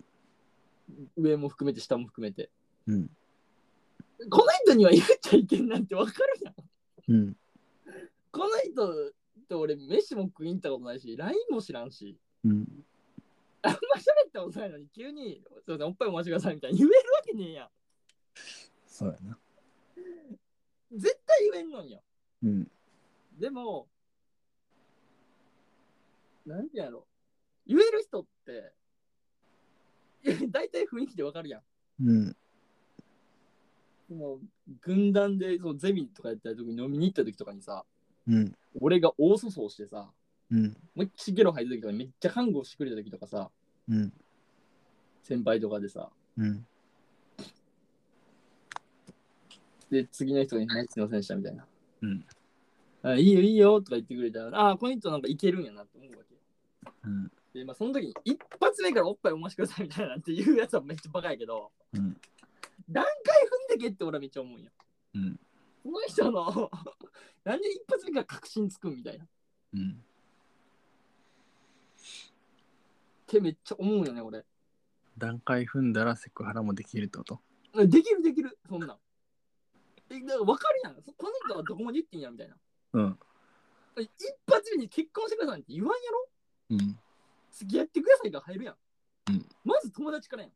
A: 上も含めて下も含めて。
B: うん
A: この人には言っちゃいけんなんてわかるやん。
B: うん
A: この人と俺、飯も食いに行ったことないし、LINE も知らんし。
B: うん
A: あんま喋ったことないのに急に「すいませんおっぱいお待ちください」みたいに言えるわけねえや
B: そうやなん
A: 絶対言えんのんよ
B: うん
A: でもなんてやろ言える人って いや大体雰囲気でわかるやん
B: うん
A: その軍団でそのゼミとかやった時に飲みに行った時とかにさ
B: うん
A: 俺が大粗相してさ
B: うん
A: もう一ちゲロ吐いた時とかにめっちゃ看護してくれた時とかさ
B: うん
A: 先輩とかでさ
B: うん
A: で、次の人に、はい、すいませんでしたみたいな。
B: うん
A: あ。いいよ、いいよとか言ってくれたら、ああ、この人なんかいけるんやなって思うわけ。
B: うん
A: で、まあ、その時に、一発目からおっぱいお待ちくださいみたいなっていうやつはめっちゃバカやけど、
B: うん
A: 段階踏んでけって俺はめっちゃ思うんや。
B: うん
A: この人の、 なんで一発目から確信つくんみたいな。っ
B: うん
A: てめっちゃ思うよね、俺。
B: 段階踏んだらセクハラもできるってこと
A: できる、できる、そんなん。え、だから分かるやん。そこの人はどこまで言っていいんやみたいな。
B: うん
A: 一発目に結婚してくださいって言わんやろ
B: うん
A: 付き合ってくださいが入るやん。
B: うん
A: まず友達からやん。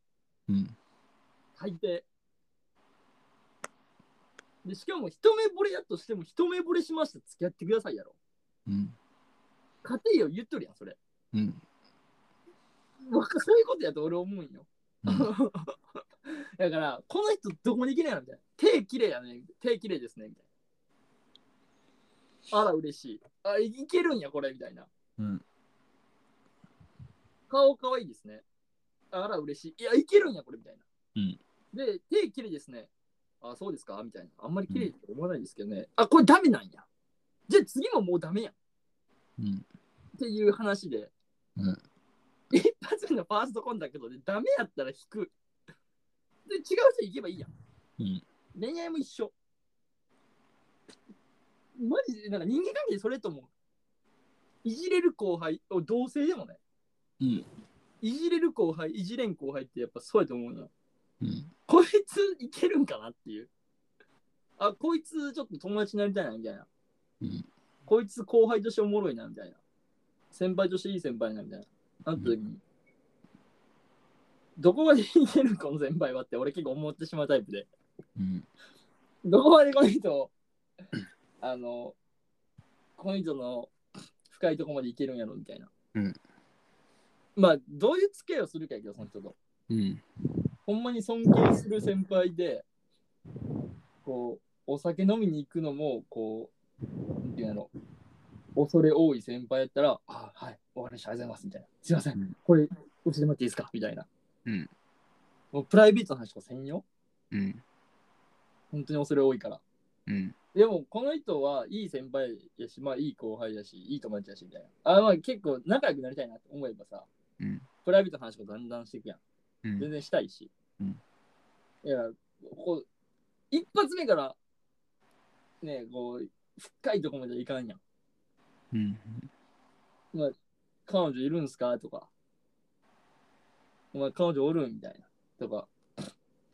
B: うん
A: 大抵。で、しかも一目惚れやとしても一目惚れしました。付き合ってくださいやろ。
B: うん
A: 家庭を言っとるやん、それ。
B: うん
A: わかそういうことやと俺思うんよ。
B: うん
A: だから、この人どこに行けないのみたいな。手綺麗やね。手綺麗ですね。みたいな。あら、嬉しい。あ、いいけるんや、これ、みたいな。
B: うん
A: 顔可愛いですね。あら、嬉しい。いや、いけるんや、これ、みたいな。
B: うん
A: で、手綺麗ですね。あ、そうですかみたいな。あんまり綺麗って思わないですけどね。あ、これダメなんや。じゃあ次ももうダメやん。
B: うん
A: っていう話で、
B: うん
A: 一発目のファーストコンタクトでダメやったら引くで違う人行けばいいやん。
B: うん
A: 恋愛も一緒。マジで、なんか人間関係それと思う。いじれる後輩、お同性でもね。
B: うん
A: いじれる後輩、いじれん後輩ってやっぱそうやと思うな。
B: うん
A: こいついけるんかなっていう。あ、こいつちょっと友達になりたいなみたいな。
B: うん
A: こいつ後輩としておもろいなみたいな。先輩としていい先輩なみたいな。なった時に、どこまでいけるこの先輩はって俺結構思ってしまうタイプで。
B: うん
A: どこまでこの人を、あの、この人の深いとこまでいけるんやろみたいな。
B: うん
A: まあ、どういう付き合いをするかやけど、その人と。
B: うん
A: ほんまに尊敬する先輩で、こう、お酒飲みに行くのも、こう、なんていうの、恐れ多い先輩やったら、あはい、わかりました、ありがとうございます、みたいな。すいませ
B: うん
A: ん、これ、教えてもらっていいですかみたいな。
B: うん。
A: もうプライベートの話とか専用
B: うん
A: 本当に恐れ多いから。
B: うん
A: でも、この人はいい先輩やし、まあいい後輩やし、いい友達やし、みたいな。あまあ結構仲良くなりたいなって思えばさ、
B: うん
A: プライベートの話とかだんだんしていくやん。
B: うん
A: 全然したいし。
B: うん
A: いや、こう、一発目から、ね、こう、深いとこまではいかんやん。
B: うん
A: 彼女いるんすかとか、お前彼女おるんみたいな。とか、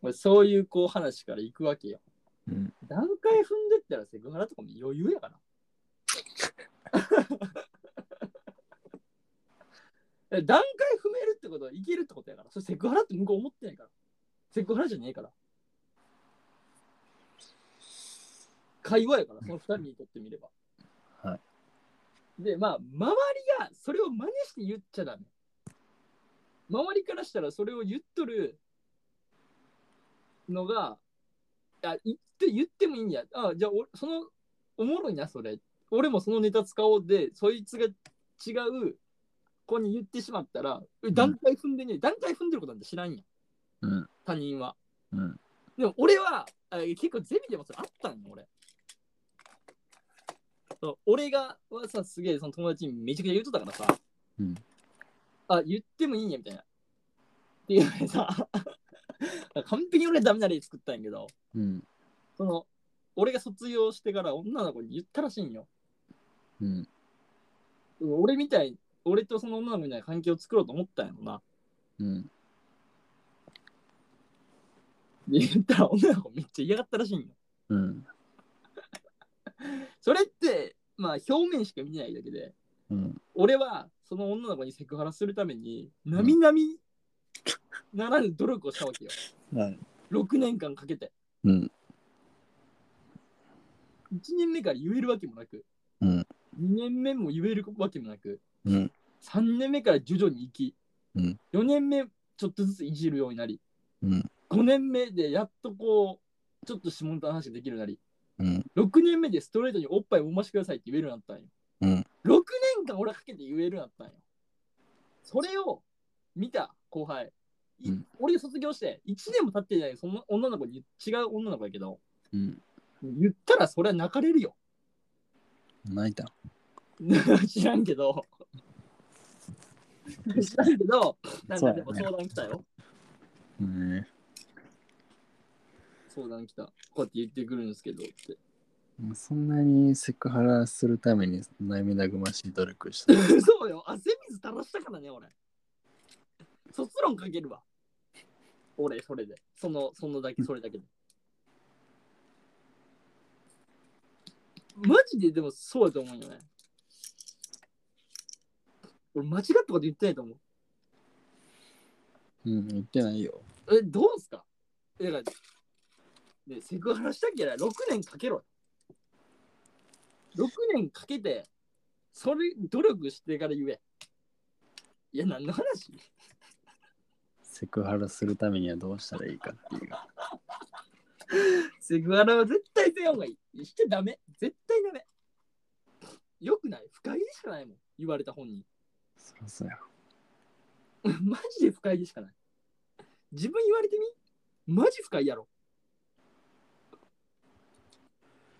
A: まあそういうこう話から行くわけよ。
B: うん
A: 段階踏んでったらセクハラとかも余裕やから。 え段階踏めるってことはいけるってことやから。それセクハラって向こう思ってないから。セクハラじゃねえから。会話やから、その二人にとってみれば。。
B: はい
A: で、まあ、周りがそれを真似して言っちゃダメ。周りからしたらそれを言っとるのが、あ言って言ってもいいんや。あじゃあお、その、おもろいな、それ。俺もそのネタ使おうで、そいつが違う子に言ってしまったら、え段階踏んでね、段階踏んでることなんて知らんやん。
B: うん
A: 他人は。
B: うん
A: でも俺は、あ結構ゼミでもそれあったんよ、俺。そう俺がはさ、すげえその友達にめちゃくちゃ言うとったからさ、
B: うん
A: あ、言ってもいいんや、みたいな。っていうのでさ、 完璧に俺はダメな例作ったんやけど、
B: うん
A: その、俺が卒業してから女の子に言ったらしいんよ。
B: うん
A: 俺みたい、俺とその女の子みたいな関係を作ろうと思ったんやろな。
B: うん
A: で、言ったら女の子めっちゃ嫌がったらしいんよ。
B: うん
A: それって、まあ表面しか見ないだけで、
B: うん
A: 俺はその女の子にセクハラするために、なみなみならぬ努力をしたわけよ。
B: はい
A: 6年間かけて。
B: うん
A: 1年目から言えるわけもなく、
B: うん
A: 2年目も言えるわけもなく、
B: うん
A: 3年目から徐々に行き、
B: うん
A: 4年目ちょっとずついじるようになり、
B: うん
A: 5年目でやっとこう、ちょっと下ネタの話ができるようになり、
B: うん
A: 6年目でストレートにおっぱい揉ましてくださいって言えるようになったんよ。
B: うん
A: 6年間俺はかけて言えるようになったんよ。それを見た後輩、い
B: うん
A: 俺卒業して1年も経ってないのにその女の子に違う女の子やけど、
B: うん
A: 言ったらそれは泣かれるよ。
B: 泣いた
A: 知らんけ ど。知らんけど、なんかでも
B: そう
A: 相
B: やね
A: 談来たよ。
B: うん
A: 相談来た。こうやって言ってくるんですけどって。
B: そんなにセクハラするために涙ぐましい努力した
A: そうよ。汗水垂らしたからね、俺。卒論かけるわ。俺、それで。その、そのだけ、それだけで。マジで、でもそうやと思うよね。俺、間違ったこと言ってないと思う。
B: うん言ってないよ
A: え、どうすかえ、だからね、セクハラしたっけない ?6 年かけろ。6年かけて、それ、努力してから言え。いや、何の話
B: セクハラするためにはどうしたらいいかっていう
A: セクハラは絶対せんほうがいい。しちゃダメ。絶対ダメ。よくない不快でしかないもん。言われた本人。
B: そらそうや
A: マジで不快でしかない。自分言われてみマジ不快やろ。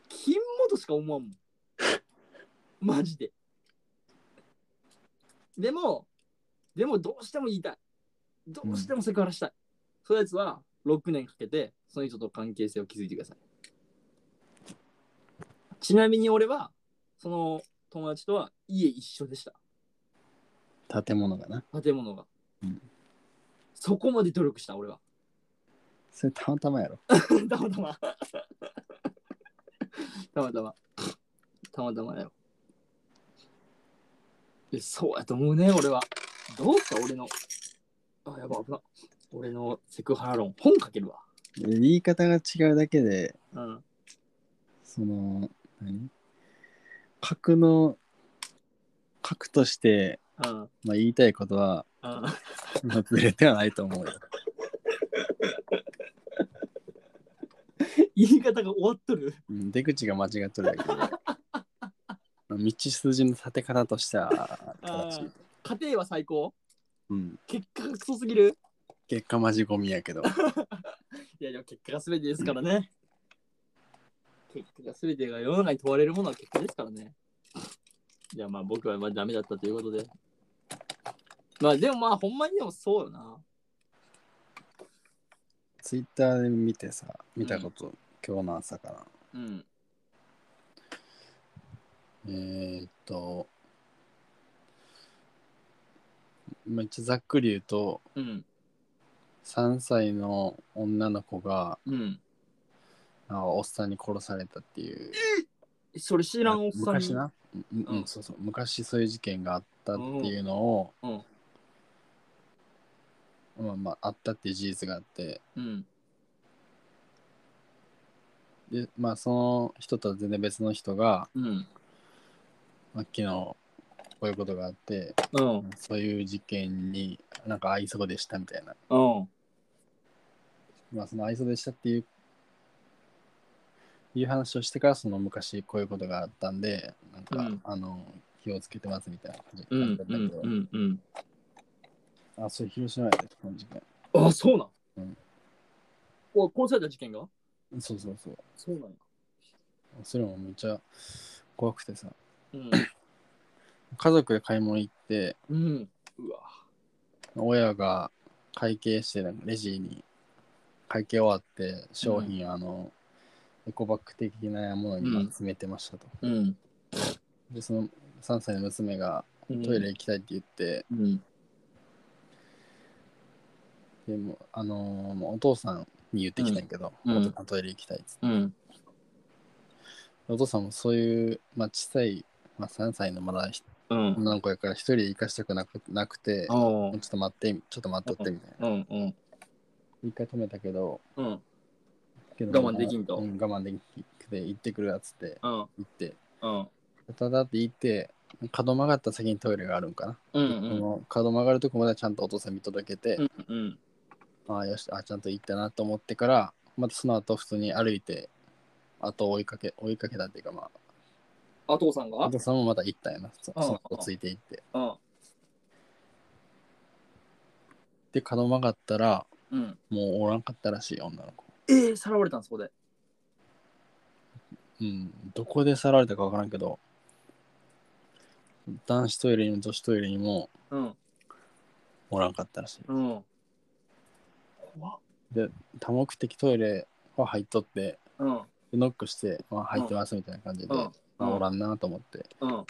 A: 金元しか思わん もん。マジで。でも、でもどうしても言いたい。どうしてもセクハラしたい。そういうやつは、 6年かけてその人と関係性を築いてくださいちなみに俺はその友達とは家一緒でした
B: 建物がな。
A: 建物が、
B: うん
A: そこまで努力した俺は
B: それたまたまやろ。
A: たまたま たまたまたまたまだよえそうやと思うね俺はどうか俺のあやば危な俺のセクハラ論本書けるわ
B: 言い方が違うだけで、
A: うん
B: その、何核の、核として、
A: うん うん
B: まあ、言いたいことは、まあずれてはないと思うよ。
A: 言い方が終わっとる
B: うん、出口が間違っとるだけで。道筋の立て方としては正しい。
A: 家庭は最高
B: うん、
A: 結果がクソすぎる
B: 結果マジゴミやけど。
A: いやでも結果が全てですからね結果が全てが世の中に問われるものは結果ですからねいやまあ僕はまあダメだったということでまあでもまあほんまにでもそうよな
B: ツイッターで見てさ、見たこと、今日の朝かな。
A: うん
B: えーっと、めっちゃざっくり言うと、
A: うん
B: 3歳の女の子が
A: うん
B: なんかおっさんに殺されたっていう。
A: それ知らんおっさんに
B: 昔な、うんうん
A: うん
B: そうそう。昔そういう事件があったっていうのを、
A: うん
B: まあまあ、あったっていう事実があって、
A: うん
B: で、まあ、その人とは全然別の人が、
A: うん
B: まあ、昨日、こういうことがあって、
A: うん
B: そういう事件になんか愛想でしたみたいな。
A: うん
B: まあ、その愛想でしたっていう、いう話をしてから、その昔こういうことがあったんで、なんか、
A: うん
B: あの、気をつけてますみたいな感じ
A: う
B: だ
A: ん
B: ったけ
A: う
B: ど、
A: んうんうん
B: あ、それ広島やった、この事件。
A: あそうなん、
B: うん
A: お殺された事件が
B: そうそうそう。
A: そうなんや
B: それもめっちゃ怖くてさ、
A: うん
B: 家族で買い物行って、
A: うん。うわ。
B: 親が会計して、なんかレジに会計終わって、商品、あの、エコバッグ的なものに
A: うん
B: 詰めてましたと。
A: うん。
B: で、その3歳の娘がトイレ。行きたいって言って、
A: うん。
B: でも、あのーもうお父さんに言ってきたんやけど、
A: うん
B: お父さんトイレ行きたいっつって、
A: うん。
B: お父さんもそういう、まあ、小さい、まあ、3歳のまだひ
A: うん。
B: 女の子やから一人で行かしたくなくなくて、も
A: お
B: うちょっと待って、ちょっと待っとってみたいな。
A: うん。うん。
B: 一回止めたけど、
A: うん。
B: け
A: 我慢できんと
B: う我慢できんくて、行ってくるわっつって、
A: うん。
B: 行って、
A: うん。
B: ただって行って、角曲がった先にトイレがあるんかな。
A: うん。
B: そ
A: うん。
B: の角曲がるとこまでちゃんとお父さん見届けて、
A: うん。
B: ああ、よし、ああ、ちゃんと行ったなと思ってから、またその後普通に歩いて、あと追いかけ、追いかけたっていうか、まあ、
A: あとさんが
B: お父さんもまた行ったんやな。そ
A: ああ
B: その子ついて行って。
A: うん。
B: で、角曲がったら、
A: うん。
B: もうおらんかったらしい、女の子。
A: ええ、さらわれたんそこで。
B: うん。どこで去られたかわからんけど、男子トイレにも女子トイレにも
A: うん。
B: おらんかったらしい。
A: うん。怖っ。
B: 多目的トイレは入っとって、
A: うん。
B: でノックして、まあ、入ってますみたいな感じで、
A: うん。
B: まあ、おらんなと思って、
A: うん。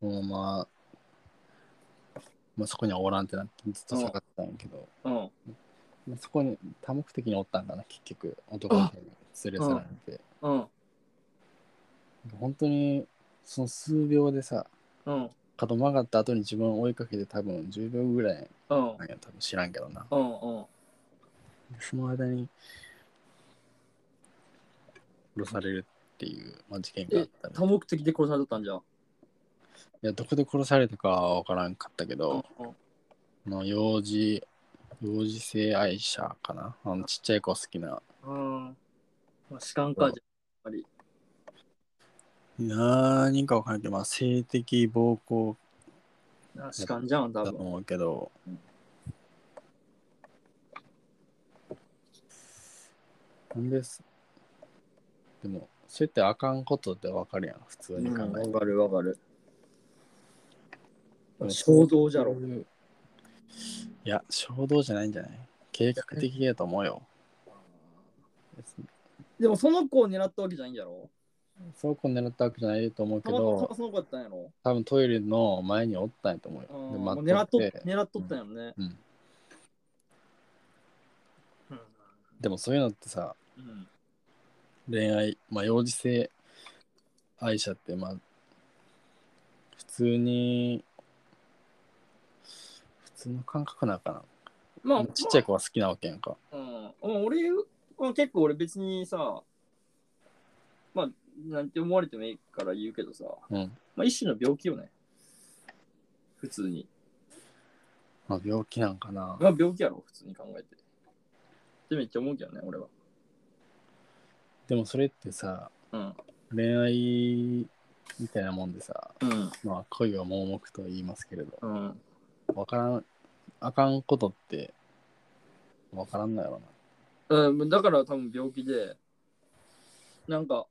B: そのまま、まあ、そこにはおらんってなって、ずっと下がってたんやけど、
A: うん。
B: まあ、そこに多目的におったんかな、結局、男の子に連れ去られて。
A: うん。
B: 本当にその数秒でさ
A: うん。
B: 角曲がった後に自分を追いかけて多分10秒ぐらい
A: うん。
B: なんや多分知らんけどな
A: うん。うん。
B: その間に殺されるっていう、まあ、事件があったね
A: 多目的で殺されとったんじゃ。
B: いやどこで殺されたかは分からんかったけど、あの幼児幼児性愛者かなあのちっちゃい子好きな
A: うん。うん。まあ、士官かじゃ。やっぱり。
B: 何か分からんけど、まあ、性的暴行
A: 士官じゃん、多
B: だと
A: 分。
B: 思うけど
A: うん
B: なんですでもそうやってあかんことってわかるやん普通に考えて、
A: わかるわかる
B: う。ん
A: 衝動じゃろ。
B: そういういや、衝動じゃないんじゃない計画的だと思うよ。別に
A: でもその子を狙ったわけじゃないんやろ
B: そうこう狙ったわけじゃないと思うけ
A: たまたま
B: ど、
A: その子だったんやろ
B: 多分トイレの前におったんやと思う
A: う
B: よ。
A: ん
B: で
A: もう
B: 待
A: 狙っと
B: っとって
A: 狙っとったんやろね。
B: うん
A: うん。
B: でもそういうのってさ、
A: うん
B: 恋愛、まあ、幼児性愛者って、まあ、普通に、普通の感覚なんか
A: まあ
B: な。、ちっちゃい子は好きなわけやんか。
A: うん、俺は結構俺別にさ、まあ、なんて思われてもいいから言うけどさ、
B: うん。
A: まあ一種の病気よね。普通に。
B: まあ、病気なんかな。
A: まあ病気やろ、普通に考えて。ってめっちゃ思うけどね、俺は。
B: でもそれってさ、
A: うん。
B: 恋愛みたいなもんでさ、
A: うん。
B: まあ、恋は盲目と言いますけれど、
A: うん。
B: わからん、あかんことって、わからんのやろな。
A: うん、だから多分病気で、なんか、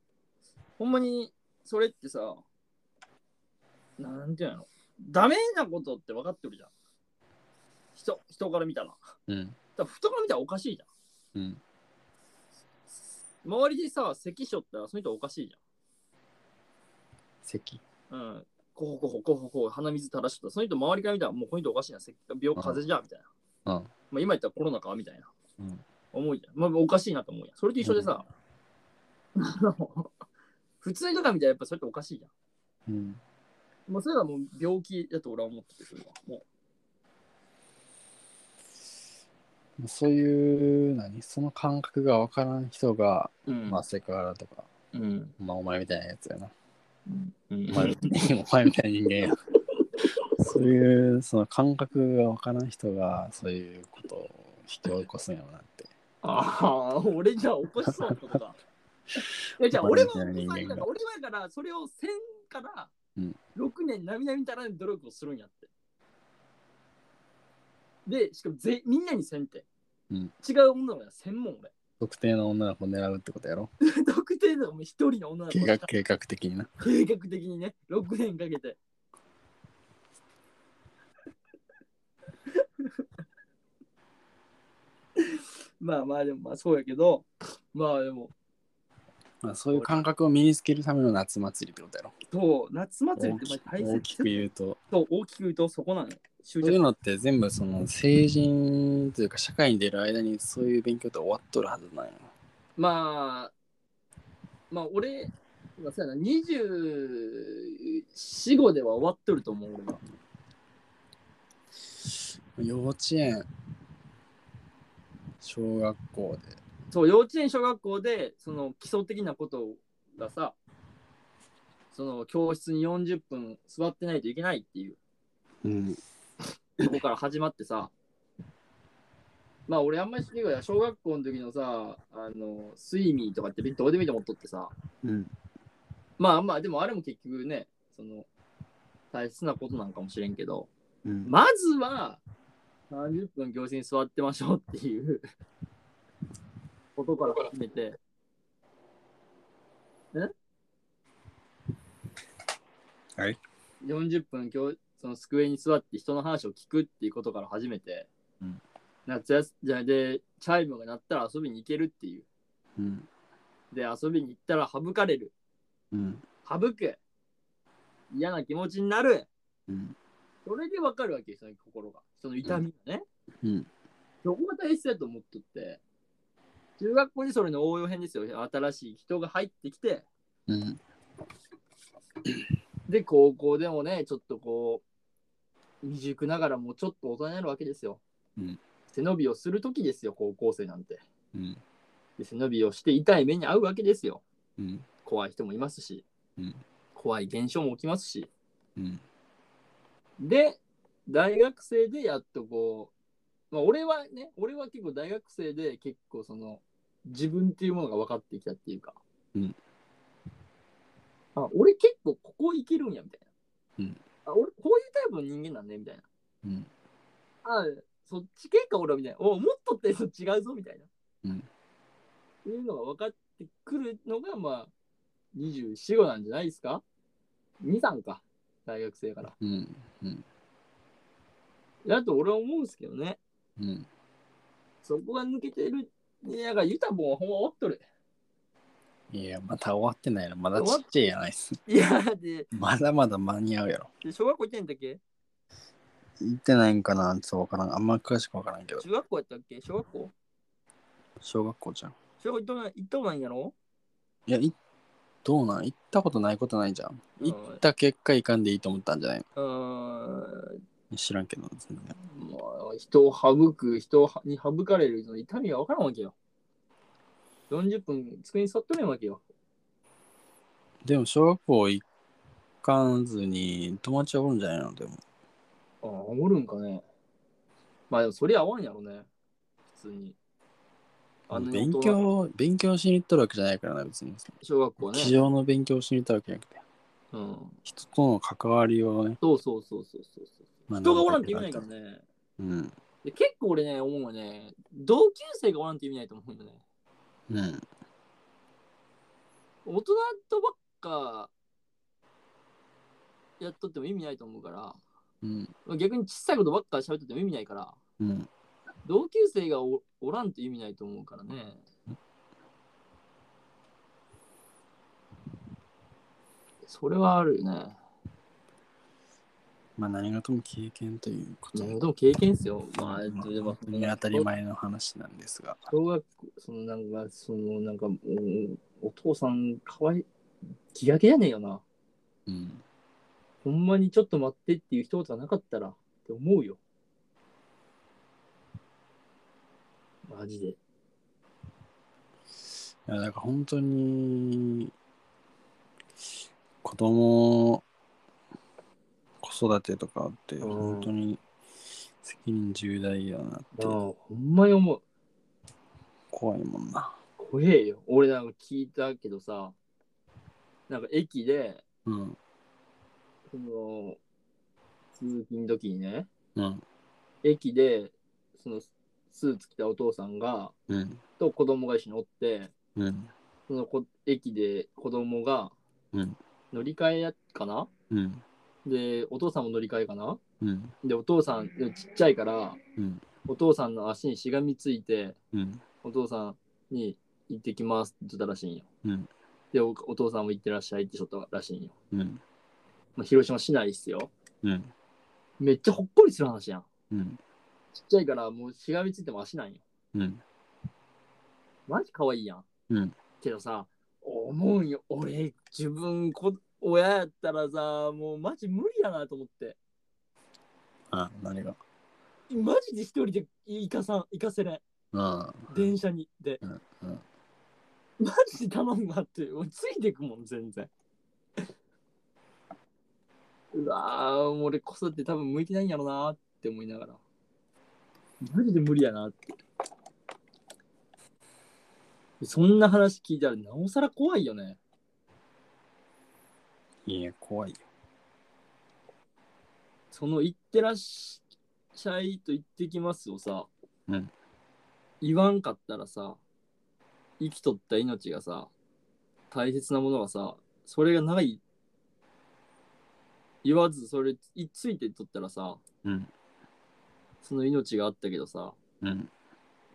A: ほんまにそれってさ、なんていうの、ダメなことって分かってるじゃん。人、人から見たら。だか
B: うん。
A: ら人から見たらおかしいじゃん。
B: うん。
A: 周りでさ、咳しょったらその人おかしいじ
B: 咳。
A: ゃん。うん。こほこほこほこ鼻水垂らしとったらその人周りから見たらもうこの人おかしいな、咳病風邪じゃんみたいな。
B: うん
A: まあ今言ったらコロナかみたいな。
B: うん。
A: 思うじゃん。まあ、おかしいなと思うやん。それと一緒でさ、あの普通とか見たらやっぱそれっておかしいじゃ
B: うん。
A: ん。もうそれはもう病気だと俺は思ってて、それは。も
B: そういう、何その感覚がわからん人が、
A: う。うん
B: まあ、セクハラとか、
A: うん。
B: まあ、お前みたいなやつや な。
A: うん
B: お前みたいなお前みたいな人間や。 そういう、その感覚がわからん人が、そういうことを引き起こすんやろなって。
A: ああ、俺じゃあ起こしそうなこと か。いやじゃあ俺は起こさん
B: 人間
A: だから
B: が
A: 俺はだからそれをせんから
B: うん
A: 6年並々たらぬ努力をするんやって。で、しかもぜみんなにせんって。
B: うん
A: 違う女の子やせんもん俺。
B: 特定の女の子を狙うってことやろ
A: 特定のお前一人の女の子
B: 計画計画的にな。
A: 計画的にね、6年かけて。 まあまあでもまあそうやけど、まあでも、
B: まあ、そういう感覚を身につけるための夏祭りってことやろ
A: そう、夏祭り
B: 大
A: って
B: き
A: まあ大
B: 大き
A: 切
B: く言うと。
A: と大きく言うとそこなのよ。終
B: そういう
A: 着
B: のって全部その成人というか社会に出る間にそういう勉強って終わっとるはずなんや。
A: まあ、まあ俺、まあそうやな、24、5では終わっとると思う俺は。
B: 幼稚園、小学校で。
A: そう、幼稚園、小学校で、その基礎的なことがさ、その教室に40分座ってないといけないっていう
B: うん。
A: とこから始まってさ、まあ俺あんまり知ってるから、小学校の時のさ、あの、スイミーとかって別にどうでもいいと思っとってさ、
B: うん。
A: まあまあでもあれも結局ね、その、大切なことなんかもしれんけど、
B: うん、
A: まずは30分教室に座ってましょうっていうことから始めて。え
B: はい。
A: 40分教その机に座って人の話を聞くっていうことから始めて、
B: うん
A: 夏休みじゃでチャイムが鳴ったら遊びに行けるっていう。
B: うん。
A: で、遊びに行ったら省かれる。
B: うん。
A: 省く。嫌な気持ちになる。
B: うん。
A: それでわかるわけよ、その心が。その痛みがね。
B: うん。
A: そこが大切だと思っとって。中学校にそれの応用編ですよ。新しい人が入ってきて、
B: うん。
A: で、高校でもね、ちょっとこう、未熟ながらもうちょっと大人になるわけですよ。
B: うん
A: 背伸びをするときですよ、高校生なんて。
B: うん。
A: で背伸びをして痛い目に遭うわけですよ。
B: うん。
A: 怖い人もいますし、
B: うん
A: 怖い現象も起きますし。
B: うん。
A: で、大学生でやっとこう、まあ、俺はね、俺は結構大学生で結構その、自分っていうものが分かってきたっていうか、
B: うん
A: あ、俺結構ここいけるんや、みたいな。
B: うん
A: あ俺、こういうタイプの人間なんね、みたいな。
B: うん。
A: あそっち系か、俺は、みたいな。おもっとってそ違うぞ、みたいな。
B: うん
A: っていうのが分かってくるのが、まあ、24、5なんじゃないですか ?2、3か。大学生から。
B: うん。
A: だと俺は思うんですけどね。
B: うん。
A: そこが抜けてる。いや、だからユタボンはほんま終わっとる。
B: いや、また終わってないの。まだちっちゃいやないっす。
A: いや、で、
B: まだまだ間に合うやろ。
A: で小学校行ってんだっけ
B: 行ってないんかなちょっとわからん。あんま詳しくわからんけど。
A: 中学校やったっけ小学校
B: 小学校じゃん。
A: 小学校行っとない行ったことないんやろ
B: いや、いどうなん行ったことないことないじゃん。
A: うん
B: 行った結果いかんでいいと思ったんじゃない
A: うん。ま
B: の知らんけど、全然。
A: あ、人を省く、人に省かれるの痛みがわからんわけよ。40分机に座っとれんわけよ。
B: でも小学校行かんずに友達はおるんじゃないのでも。
A: ああ、おるんかね。まあでもそれ合わんやろね。普通に。んなに大
B: 勉
A: 人
B: 強、勉強しに行っとるわけじゃないからな、別に。
A: 小学校はね。
B: 机上の勉強しに行ったわけじゃなくて、
A: うん。
B: 人との関わりをね、
A: そうそうそうそうそうそう。
B: 学ぶ
A: 人がおらんって意味ないからね。
B: うん。
A: で結構俺ね、思うよね。同級生がおらんって意味ないと思うよね。
B: うん。
A: 大人とばっかやっとっても意味ないと思うから、
B: うん。
A: 逆に小さいことばっか喋っとっても意味ないから、
B: うん。
A: 同級生がおおらんって意味ないと思うからね。それはあるよね。
B: まあ何事も経験ということ
A: 何
B: で。
A: 事も経験っすよ。まあ、
B: まあ
A: でも
B: 本当に当たり前の話なんですが。
A: 小学校、そのなんか、そのなんか、おお父さん、かわいい、ギラギラやねんよな。
B: うん。
A: ほんまにちょっと待ってっていう一言がなかったらって思うよ。マジで。
B: いや、だから本当に、子供、子育てとかって
A: うん
B: 本当に責任重大やなっ
A: ああ、
B: て
A: ほんまに思う。
B: 怖いもんな。
A: 怖えよ。俺なんか聞いたけどさ、なんか駅で、
B: うん。
A: その、通勤時にね、
B: うん。
A: 駅で、その、スーツ着たお父さんが、
B: うん。
A: と子供が一緒におって、
B: うん。
A: そのこ駅で子供が
B: うん
A: 乗り換えやかな、
B: うん。
A: で、お父さんも乗り換えかな
B: うん。
A: で、お父さん、でもちっちゃいから、
B: うん
A: お父さんの足にしがみついて、
B: うん。
A: お父さんに行ってきますって言ってたらしいんよ。
B: うん
A: でお、お父さんも行ってらっしゃいってちょっとらしいんよ。
B: うん。
A: まあ、広島市内っすよ。
B: うん。
A: めっちゃほっこりする話やん。
B: うん。
A: ちっちゃいからもうしがみついても足なんよ。
B: うん。
A: マジ可愛いやん。
B: うん
A: けどさ、思うんよ。俺、自分こ、親やったらさ、もうマジ無理やなと思って。
B: あ、何が
A: マジで一人で行かさん、行かせない。
B: あ
A: 電車に。で、
B: うんうん
A: マジで頼むわって、俺ついてくもん、全然。 うわぁ、もう俺子育て多分向いてないんやろなーって思いながら。マジで無理やなって。そんな話聞いたらなおさら怖いよね。
B: いや、怖いよ。
A: その行ってらっしゃいと行ってきますをさ、
B: うん
A: 言わんかったらさ、生きとった命がさ、大切なものがさ、それがない、言わずそれいついてとったらさ、
B: うん
A: その命があったけどさ、
B: うん。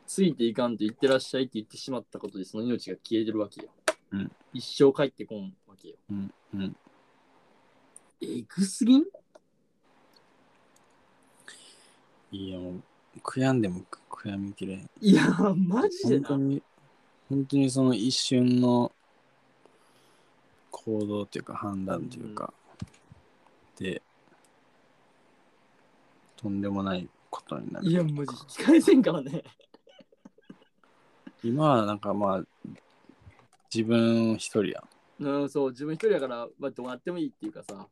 A: ついていかんと言ってらっしゃいって言ってしまったことでその命が消えてるわけよ。
B: うん
A: 一生帰ってこんわけよ。
B: うんうん
A: えぐすぎん
B: いや、もう、悔やんでも悔やみきれん。
A: いや、マジで
B: 本
A: な。
B: 当に、本当にその一瞬の行動っていうか判断というか、で、とんでもないことになる。
A: いや、マジ、引き返せんからね。
B: 今はなんかまあ、自分一人や
A: う
B: ん。
A: ん、そう、自分一人だから、まあ、どうなってもいいっていうかさ、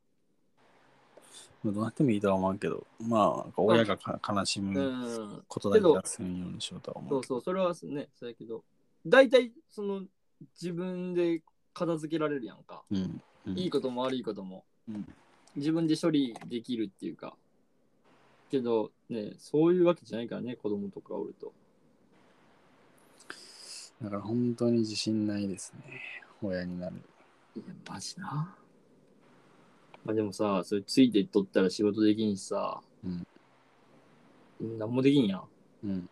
B: まあどうなってもいいとは思うけど、まあ、なんか親がか悲し
A: う
B: む
A: ん、
B: ことだけはせんようにしようとは思
A: そうう。そう、それはね、そうやけど、大体、その、自分で片付けられるやんか。
B: うん。うん
A: いいことも悪いことも、
B: うん
A: 自分で処理できるっていうか。けど、ね、そういうわけじゃないからね、子供とかおると。
B: だから本当に自信ないですね。親になる。
A: いや、マジな。まあ、でもさ、それついていっとったら仕事できんしさ、
B: うん
A: なんもできんやん。
B: うん。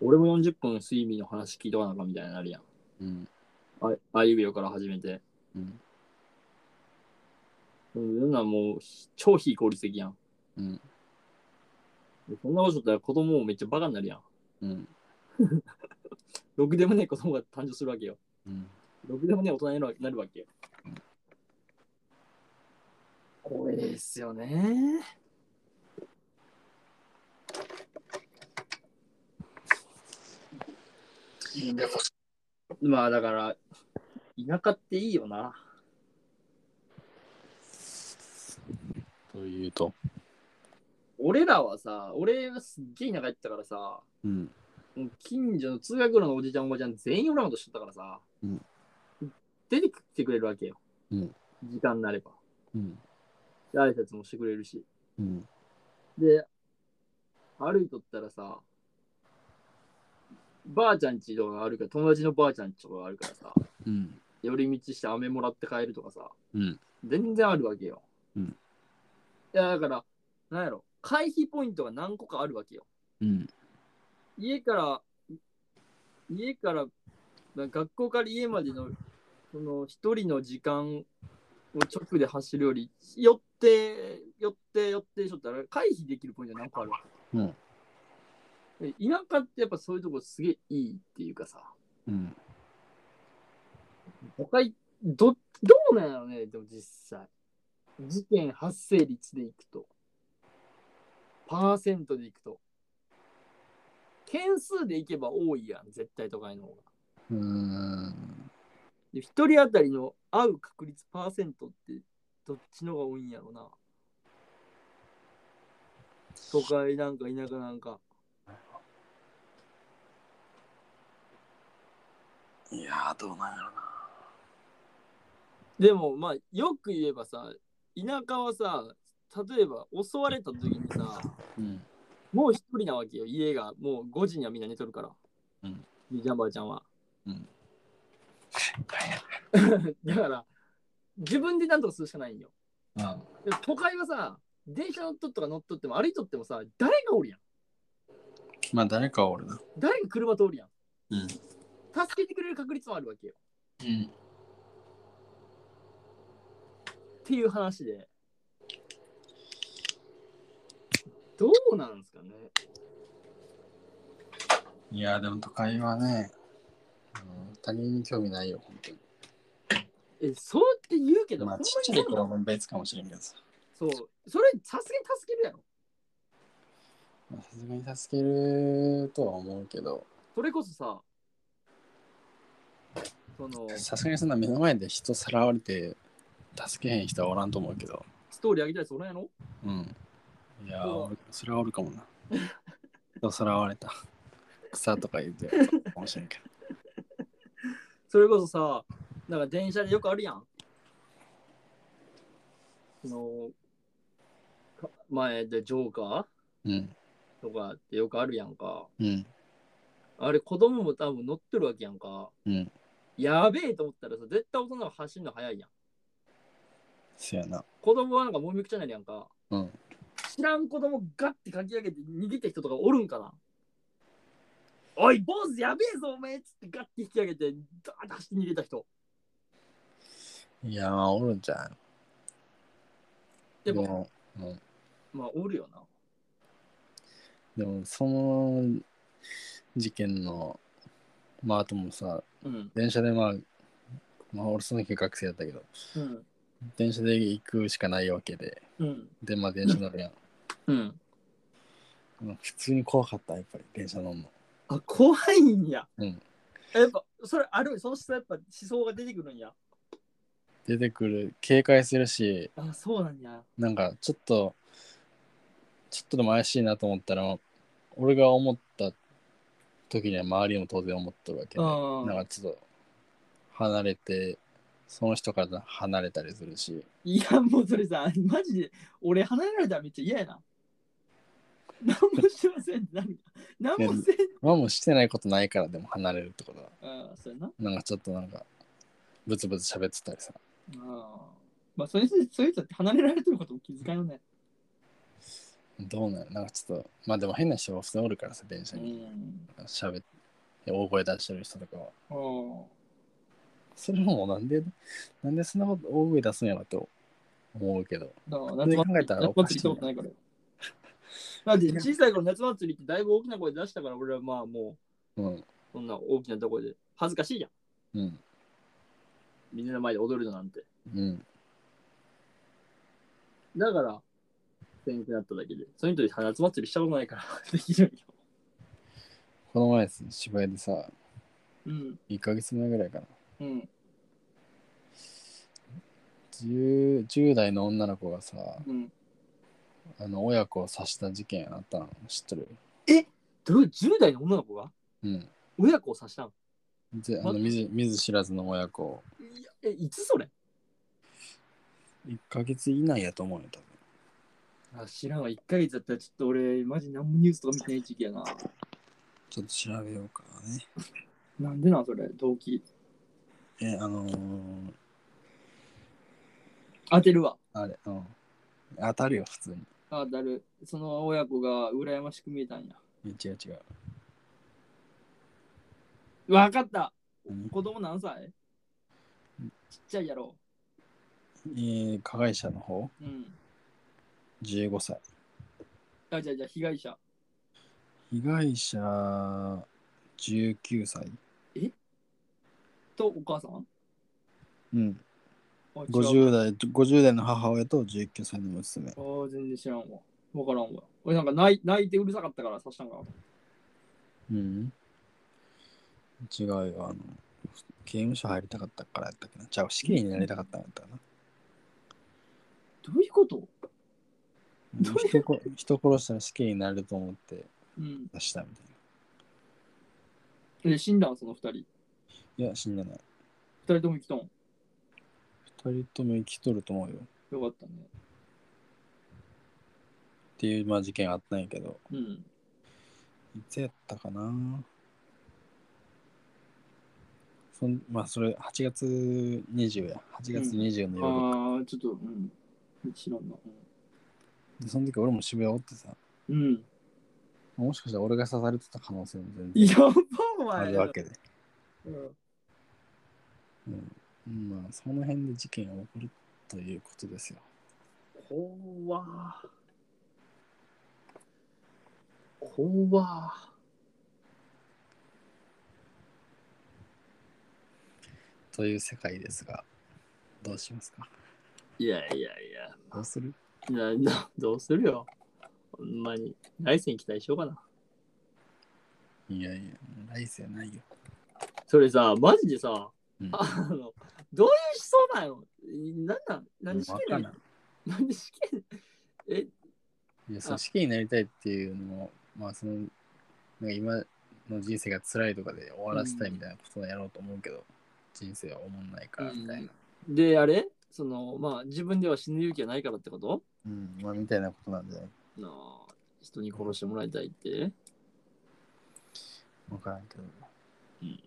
A: 俺も40分睡眠の話聞いとかなあかんみたいになるやん。
B: うん。
A: ああいうえおから始めて。
B: うん。
A: うん、そんなんもう超非効率的やん。
B: うん。
A: でそんなことしとったら子供もめっちゃバカになるやん。
B: うん。
A: ろくでもねえ子供が誕生するわけよ。
B: うん。
A: ろくでもねえ大人になるなるわけよ。怖いですよね。まあだから、田舎っていいよな。
B: というと。
A: 俺らはさ、俺はすっげえ田舎行ったからさ、
B: うん。
A: もう近所の通学路のおじちゃんおばちゃん全員俺らのことしとったからさ、
B: うん
A: 出てきてくれるわけよ、
B: うん
A: 時間になれば
B: うん。
A: で挨拶もしてくれるし
B: うん。
A: で歩いとったらさばあちゃんちとかあるから友達のばあちゃんちとかあるからさ
B: うん。
A: 寄り道して飴もらって帰るとかさ
B: うん。
A: 全然あるわけよ、
B: うん
A: いやだからなんやろ回避ポイントが何個かあるわけよ
B: うん。
A: 家から、家から、なんか学校から家までの、その一人の時間を直で走るより、寄って、寄って、寄ってしょったら回避できるポイントなんかあるわ。
B: うん
A: で。田舎ってやっぱそういうとこすげえいいっていうかさ、
B: うん。
A: 都会、ど、どうなんやろね、でも実際。事件発生率でいくと。パーセントでいくと。件数でいけば多いやん、絶対都会の方が。
B: うーん。
A: で一人当たりの合う確率パーセントってどっちのが多いんやろな。都会なんか田舎なんか。
B: いやー、どうなんやろな。
A: でもまあよく言えばさ、田舎はさ、例えば襲われた時にさ、
B: うん。
A: もう一人なわけよ、家が。もう5時にはみんな寝とるから。
B: うん。
A: じいちゃんばあちゃんは。
B: うん。
A: だから、自分でなんとかするしかないんよ。
B: あ
A: でも都会はさ、電車乗っとっとか乗っとっても歩いとってもさ、誰がおるやん。
B: まあ、誰かはおるな。
A: 誰が車通るやん。
B: うん。
A: 助けてくれる確率もあるわけよ。
B: うん。
A: っていう話で。どうなんですかね
B: いやー、でも都会はね、うん他人に興味ないよ、本当に。
A: え、そうって言うけど、
B: まあ、
A: ほんま
B: ち
A: に
B: っちゃい頃は別かもしれんけどさ。
A: そう。それ、さすがに助けるやろ。
B: まあさすがに助けるとは思うけど、
A: それこそさ、そ の、
B: さすがにそんな目の前で人さらわれて、助けへん人はおらんと思うけど。
A: ストーリーあげたりそらんやろ
B: うん。いや
A: うわ
B: ー、それはおるかもな。人さらわ れた。草とか言うて、かもしれんけど。
A: それこそさ、なんか電車でよくあるやん。その、か前でジョーカ
B: うん。
A: ーとかってよくあるやんか。
B: うん。
A: あれ子供も多分乗ってるわけやんか。
B: うん。
A: やべえと思ったらさ、絶対大人は走るの早いやん。
B: せやな。
A: 子供はなんかもみくちゃになるやんか。
B: うん。
A: 知らん子供ガッてかき上げて逃げた人とかおるんかなおい、坊主やべえぞおめえっつってガッて引き上げて、ダーッて走って逃げた人。
B: いやー、おるんじゃん。
A: でも、
B: も、うん、
A: まあおるよな。
B: でもその事件の、まあ、あともさ、
A: うん。
B: 電車でまあ、まあ、俺その時学生だったけど、
A: うん。
B: 電車で行くしかないわけで、
A: うん。
B: で、まあ、電車乗る やん。
A: うん。
B: うん普通に怖かった、やっぱり、電車乗るの。
A: あ、怖いんや。
B: うん
A: やっぱ、それある、その人はやっぱ思想が出てくるんや。
B: 出てくる、警戒するし、
A: あ、そうなんや。
B: なんか、ちょっと、ちょっとでも怪しいなと思ったら、俺が思った時には周りも当然思っとるわけで、
A: うん
B: なんかちょっと、離れて、その人から離れたりするし、
A: いや、もうそれさ、マジで、俺離れられたらめっちゃ嫌やな。何もしてませんってなる。何もせん。
B: まあもうしてないことないからでも離れるってことは
A: あー、そうやな。
B: なんかちょっとなんかブツブツ喋ってたりさ
A: あーまあ、そういう人そういう人って離れられてることも気遣いのね。
B: どうなのなんかちょっと、まあでも変な人が普通におるからさ、電車
A: う
B: に
A: ん。
B: 喋って、大声出してる人とかは。
A: うん
B: それもなんで、なんでそんなこと大声出すんやろと思うけど。
A: だから
B: 普通
A: 夏
B: に
A: 祭
B: 考えたら
A: 夏
B: おか
A: 祭り行っ
B: した
A: こ
B: いな
A: とないから。だって小さい頃夏祭りってだいぶ大きな声出したから俺はまあも
B: うん。
A: うそんな大きなところで恥ずかしいじゃん。
B: うん。
A: みんなの前で踊るのなんて。
B: うん。
A: だから、せんくなっただけで。その人で夏祭りしたことないから できるんよ。
B: この前、芝居でさ、
A: うん。
B: 1ヶ月前ぐらいかな。
A: うん。
B: 10, 10代の女の子がさ、
A: うん。
B: あの親子を刺した事件あったの知ってる
A: どれ ?10 代の女の子が
B: うん。
A: 親子を刺したの
B: であの見ず見ず知らずの親子を
A: いやえ、いつそれ
B: 1ヶ月以内やと思うよ、多分。
A: あ知らんわ。1ヶ月だったらちょっと俺、マジ何もニュースとか見てない時期やな。
B: ちょっと調べようかね。
A: なんでなんそれ、動機。
B: え、あのー、
A: 当てるわ。
B: あれ、うん。当たるよ、普通に。
A: あ、だる。その親子が羨ましく見えたんや。
B: 違う違う。
A: わかった
B: うん
A: 子供何歳ちっちゃいやろ。
B: えー加害者の方
A: うん。
B: 15歳。
A: あ、じゃあじゃあ被害者。
B: 被害者19歳。
A: とお母さん
B: うん。
A: あ違う
B: 50代、50代の母親と19歳の娘。
A: ああ、全然知らんわ。わからんわ。俺なんか泣い泣いてうるさかったから刺したんかな。
B: うん。違うよ、あの、刑務所入りたかったからやったっけな。じゃあ、死刑になりたかったんやったかな。
A: どういうこと
B: うん人こ人殺したら死刑になると思って
A: うん。
B: 出したみたい
A: え、死んだんその二人。二
B: な。いや、死んでない。
A: 人とも生きとん。
B: 二人とも生きとると思うよ。っ
A: よかったね。
B: ていう、まあ、事件あったんやけど、
A: うん。
B: いつやったかな。そんまあ、それ、8月20や。8月20の夜、
A: ああ、ちょっと、うん。知らんな。
B: でその時俺も渋谷おってさ、
A: うん。うん、
B: もしかしたら俺が刺されてた可能性も全然
A: やばお
B: あ
A: 前
B: るわけで。
A: うん
B: うん、まあ、その辺で事件が起こるということですよ。
A: 怖わ怖わ
B: という世界ですが、どうしますか
A: いやいやい
B: どうする
A: やななどうするよほんまに来世に期待しようかない
B: やいや、来世ないよ。
A: それさマジでさ、
B: うん
A: あのどういう思想なのなんなんなんで試
B: わ
A: 験なんん
B: かない
A: なんで試験え
B: いや、その死刑になりたいっていうのも、まあ、その、なんか今の人生が辛いとかで終わらせたいみたいなことをやろうと思うけど、人生は思んないからみたいな。
A: であれそのまあ自分では死ぬ勇気がないからってこと
B: うん、まあ、みたいなことなんじゃない
A: なあ人に殺してもらいたいって
B: わからんけど。
A: うん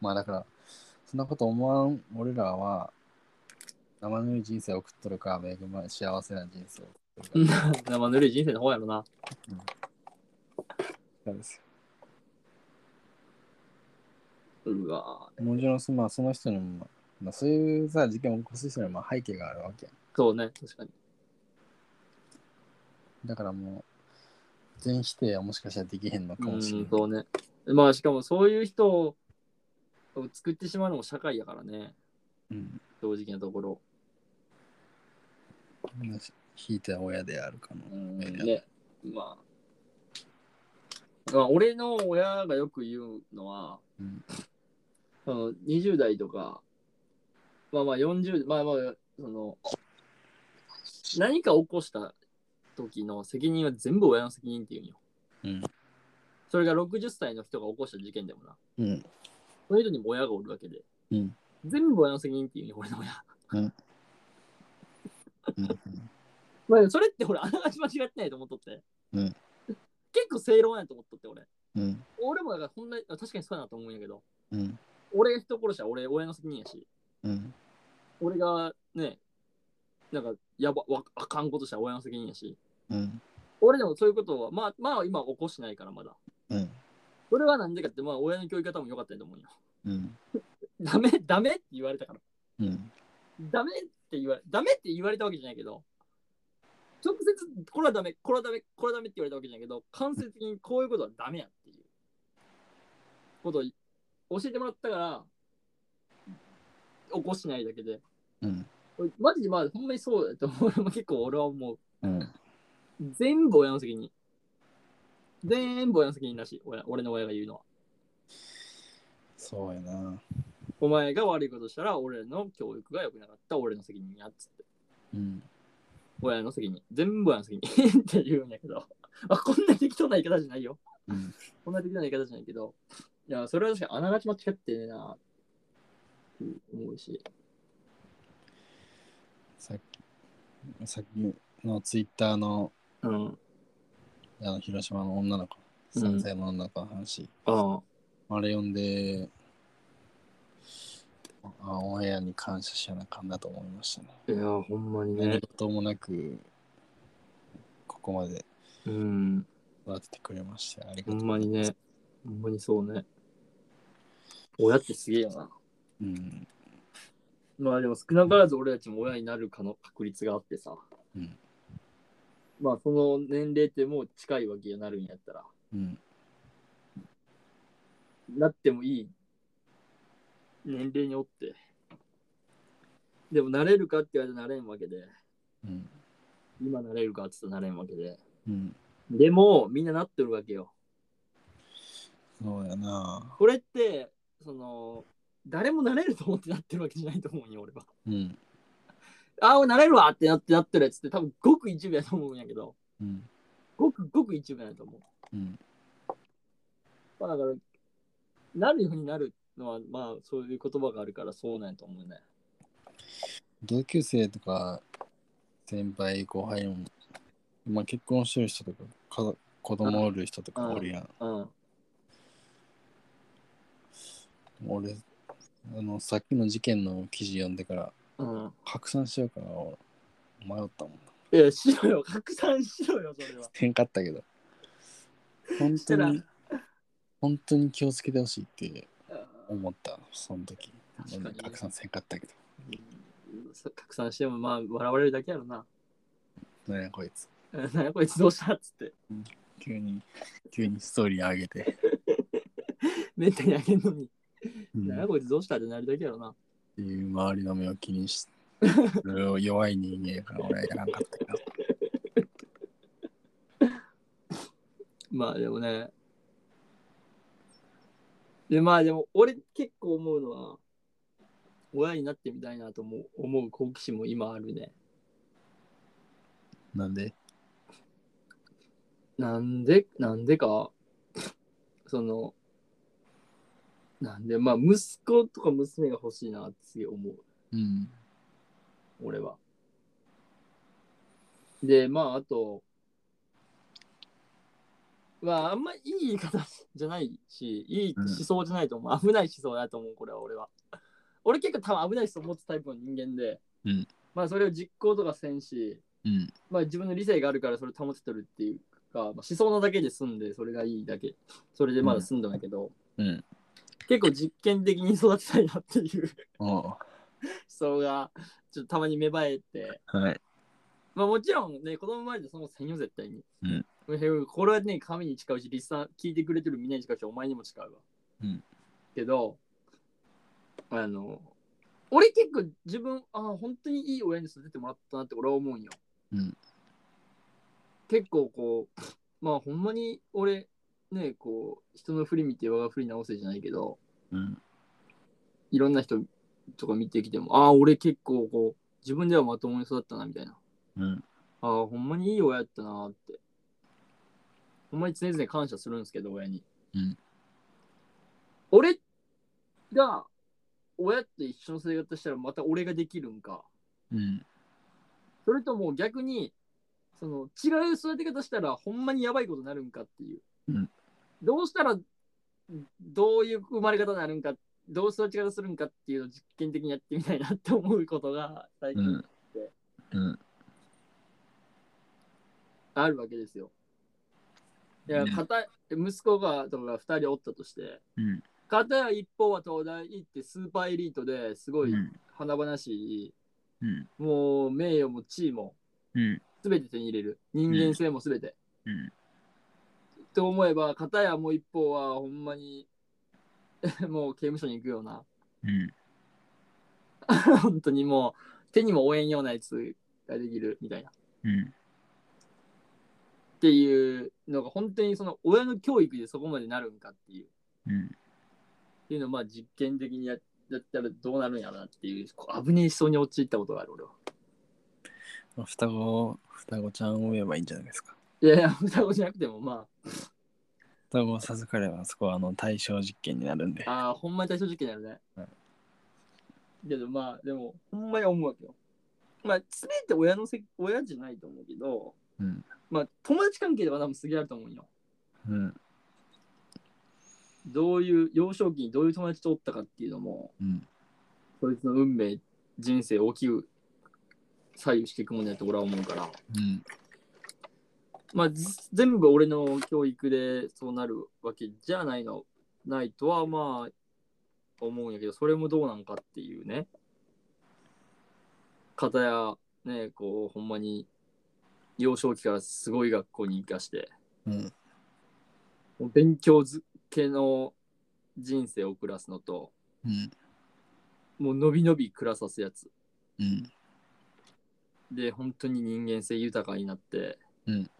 B: まあだから、そんなこと思わん俺らは、生ぬるい人生を送っとるか、恵まれ幸せな人生を送っとるか
A: 生ぬるい人生の方やろな
B: なんです
A: うわ
B: よ。もちろんそ、まあ、その人にも、まあ、そういうさ、事件を起こす人にもまあ背景があるわけやん。
A: そうね確かに
B: だからもう、全否定はもしかしたらできへんのかもし
A: う
B: れ
A: ん
B: ない。
A: そうね。まあしかもそういう人を作ってしまうのも社会やからね、
B: うん。
A: 正直なところ。
B: 引いた親であるかも。
A: うん
B: いや
A: ね。まあ。まあ、俺の親がよく言うのは、
B: うん
A: その20代とか、まあまあ40、まあまあ、その、何か起こした時の責任は全部親の責任っていうんよ。
B: うん
A: それが60歳の人が起こした事件でもな。
B: うん。
A: その人にも親がおるわけで。
B: うん
A: 全部親の責任っていうね、俺の親。
B: うん。
A: まあ、それって俺、あながち間違ってないと思っとって。
B: うん
A: 結構正論やと思っとって、俺。
B: うん。
A: 俺もだから、ほんなに、あ確かにそうやなと思うんやけど、
B: うん。
A: 俺が人殺したら俺、親の責任やし、
B: うん。
A: 俺がね、なんか、やば、わあかんことしたら親の責任やし。
B: うん。
A: 俺でもそういうことは、まあ、まあ今は起こしてないからまだ。
B: うん。
A: それはなんでかって、まあ親の教育方も良かったと思うよ。
B: うん。
A: ダメ、ダメって言われたから。
B: うん。
A: ダメって言われ、ダメって言われたわけじゃないけど、直接、これはダメ、これはダメ、これはダメって言われたわけじゃないけど、間接的にこういうことはダメやっていうことを教えてもらったから、起こしてないだけで。
B: うん。
A: 俺マジでまあ、ほんまにそうだと思う。俺も結構俺は思う。
B: うん。
A: 全部親の責任。全部親の責任だし、親俺の親が言うのは。
B: そうやな。
A: お前が悪いことしたら、俺の教育が良くなかった、俺の責任やっつって。
B: うん。
A: 親の責任。全部親の責任 って言うんやけど。あ、こんな適当な言い方じゃないよ。
B: うん。
A: こんな適当な言い方じゃないけど。いや、それは確かにあながち間違ってねえなって思うし。
B: さっき、さっきのツイッターの
A: うん。
B: あの広島の女の子、
A: うん
B: 3歳の女の子の話、
A: ああ。
B: あれ読んで、あオンエアに感謝しやなあかんなと思いましたね。
A: いや、ほんまに
B: 何。事もなく、ここまで
A: うん。
B: 育ててくれまして、ありが
A: ほ
B: とう。
A: んまにね。ほんまにそうね。親ってすげえよな。
B: うん。
A: まあでも少なからず俺たちも親になるかの確率があってさ。
B: うん
A: まあその年齢ってもう近いわけになるんやったら。
B: うん。
A: なってもいい年齢におって。でもなれるかって言われたらなれんわけで、
B: うん。
A: 今なれるかって言ったらなれんわけで。
B: うん。
A: でもみんななってるわけよ。
B: そうやな。
A: これって、その、誰もなれると思ってなってるわけじゃないと思うんよ、俺は。
B: うん。
A: ああ、なれるわってなってなってるやつって多分ごく一部やと思うんやけど、
B: うん。
A: ごくごく一部やと思う。
B: うん。
A: まあだから、なるようになるのは、まあそういう言葉があるからそうなんやと思うね。
B: 同級生とか、先輩、後輩も、まあ、結婚してる人とか、か子供おる人とかおるやん。
A: うん。
B: 俺、あの、さっきの事件の記事読んでから、
A: うん。
B: 拡散しようかな、俺迷ったもんな。
A: いや、しろよ、拡散しろよ、それは。
B: せんかったけど。本
A: した
B: 当
A: ら
B: に、本当に気をつけてほしいって思った、その時。
A: 確かに
B: 拡散せんかったけ
A: うん拡散しても、まあ、笑われるだけやろな。
B: ど。なんやこいつ。
A: うんなんやこいつどうしたっつって。
B: 急に、急にストーリー上げて。
A: めったにあげんのに。
B: うん
A: なんやこいつどうしたってなるだけやろな。
B: っていう周りの目を気にして。それを弱い人間やから俺はやらんかったけど。
A: まあでもね。で、まあでも、俺結構思うのは、親になってみたいなと思う思う好奇心も今あるね。
B: なんで
A: なんで、なんでか、その、なんで、まあ、息子とか娘が欲しいなってすげえ思う。
B: うん。
A: 俺は。で、まあ、あと、まあ、あんまいい言い方じゃないし、いい思想じゃないと思う。危ない思想だと思う、これは俺は。俺結構多分危ない思想を持つタイプの人間で、
B: うん
A: まあ、それを実行とかせんし、
B: うん。
A: まあ、自分の理性があるからそれを保ててるっていうか、まあ、思想のだけで済んで、それがいいだけ、それでまだ済んだんだけど、
B: うん。
A: 結構実験的に育てたいなっていう思
B: おう
A: 想が、ちょっとたまに芽生えて、
B: はい。
A: まあもちろんね、子供生まれてそのせんよ、絶対に。
B: うん
A: これはね、神に誓うし、リスナー聞いてくれてるみんなに誓うし、お前にも誓うわ。
B: うん
A: けど、あの、俺結構自分、ああ、本当にいい親に育ててもらったなって俺は思うんよ。
B: うん
A: 結構こう、まあほんまに俺、ね、こう、人の振り見て我が振り直せじゃないけど、
B: うん。
A: いろんな人とか見てきても、ああ、俺結構こう、自分ではまともに育ったなみたいな。
B: うん。
A: ああ、ほんまにいい親やったなーって。ほんまに常々感謝するんですけど、親に。
B: うん
A: 俺が、親と一緒の生活したらまた俺ができるんか。
B: うん。
A: それとも逆に、その違う育て方したらほんまにやばいことになるんかっていう。
B: うん
A: どうしたら、どういう生まれ方になるんか、どう育ち方するんかっていうのを実験的にやってみたいなって思うことが最
B: う
A: 近
B: ん。うん。
A: あるわけですよ。いや、
B: ね
A: 片い息子がとか2人おったとして、
B: うん
A: 片や一方は東大行ってスーパーエリートですご
B: う
A: い
B: ん。
A: 華々しい、
B: うん。
A: もう名誉も地位も
B: うん。
A: 全て手に入れる。人間性も全て。
B: うん。
A: と思えば、片やもう一方はほんまに もう刑務所に行くような、
B: うん。
A: 本当にもう手にも負えんようなやつができるみたいな。
B: うん。
A: っていうのが本当にその親の教育でそこまでなるんかっていう。
B: うん。
A: っていうのをまあ実験的にややったらどうなるんやろなっていうこう危ねえそうに陥ったことがある俺は。
B: まあ双子、双子ちゃんを産めばいいんじゃないですか。
A: いやいや 双子じゃなくてもま
B: 双子を授かれば、そこはあの対象実験になるん で
A: あ。ああほんまに対象実験やるね。
B: うん
A: けどまあでもほんまに思うわけよ。まあ全て親のせ親じゃないと思うけど、
B: うん
A: まあ友達関係では多分すげえあると思うよ。
B: うん。
A: どういう幼少期にどういう友達とおったかっていうのも
B: うん。
A: そいつの運命人生を大きく左右していくもんやと俺は思うから。
B: うん。
A: まあ、ず全部俺の教育でそうなるわけじゃないの、ないとはまあ思うんやけど、それもどうなんかっていうね。方や、ね、こう、ほんまに幼少期からすごい学校に行かして、
B: うん。
A: もう勉強づけの人生を暮らすのと、
B: うん。
A: もうのびのび暮らさすやつ。
B: うん。
A: で、本当に人間性豊かになって、
B: うん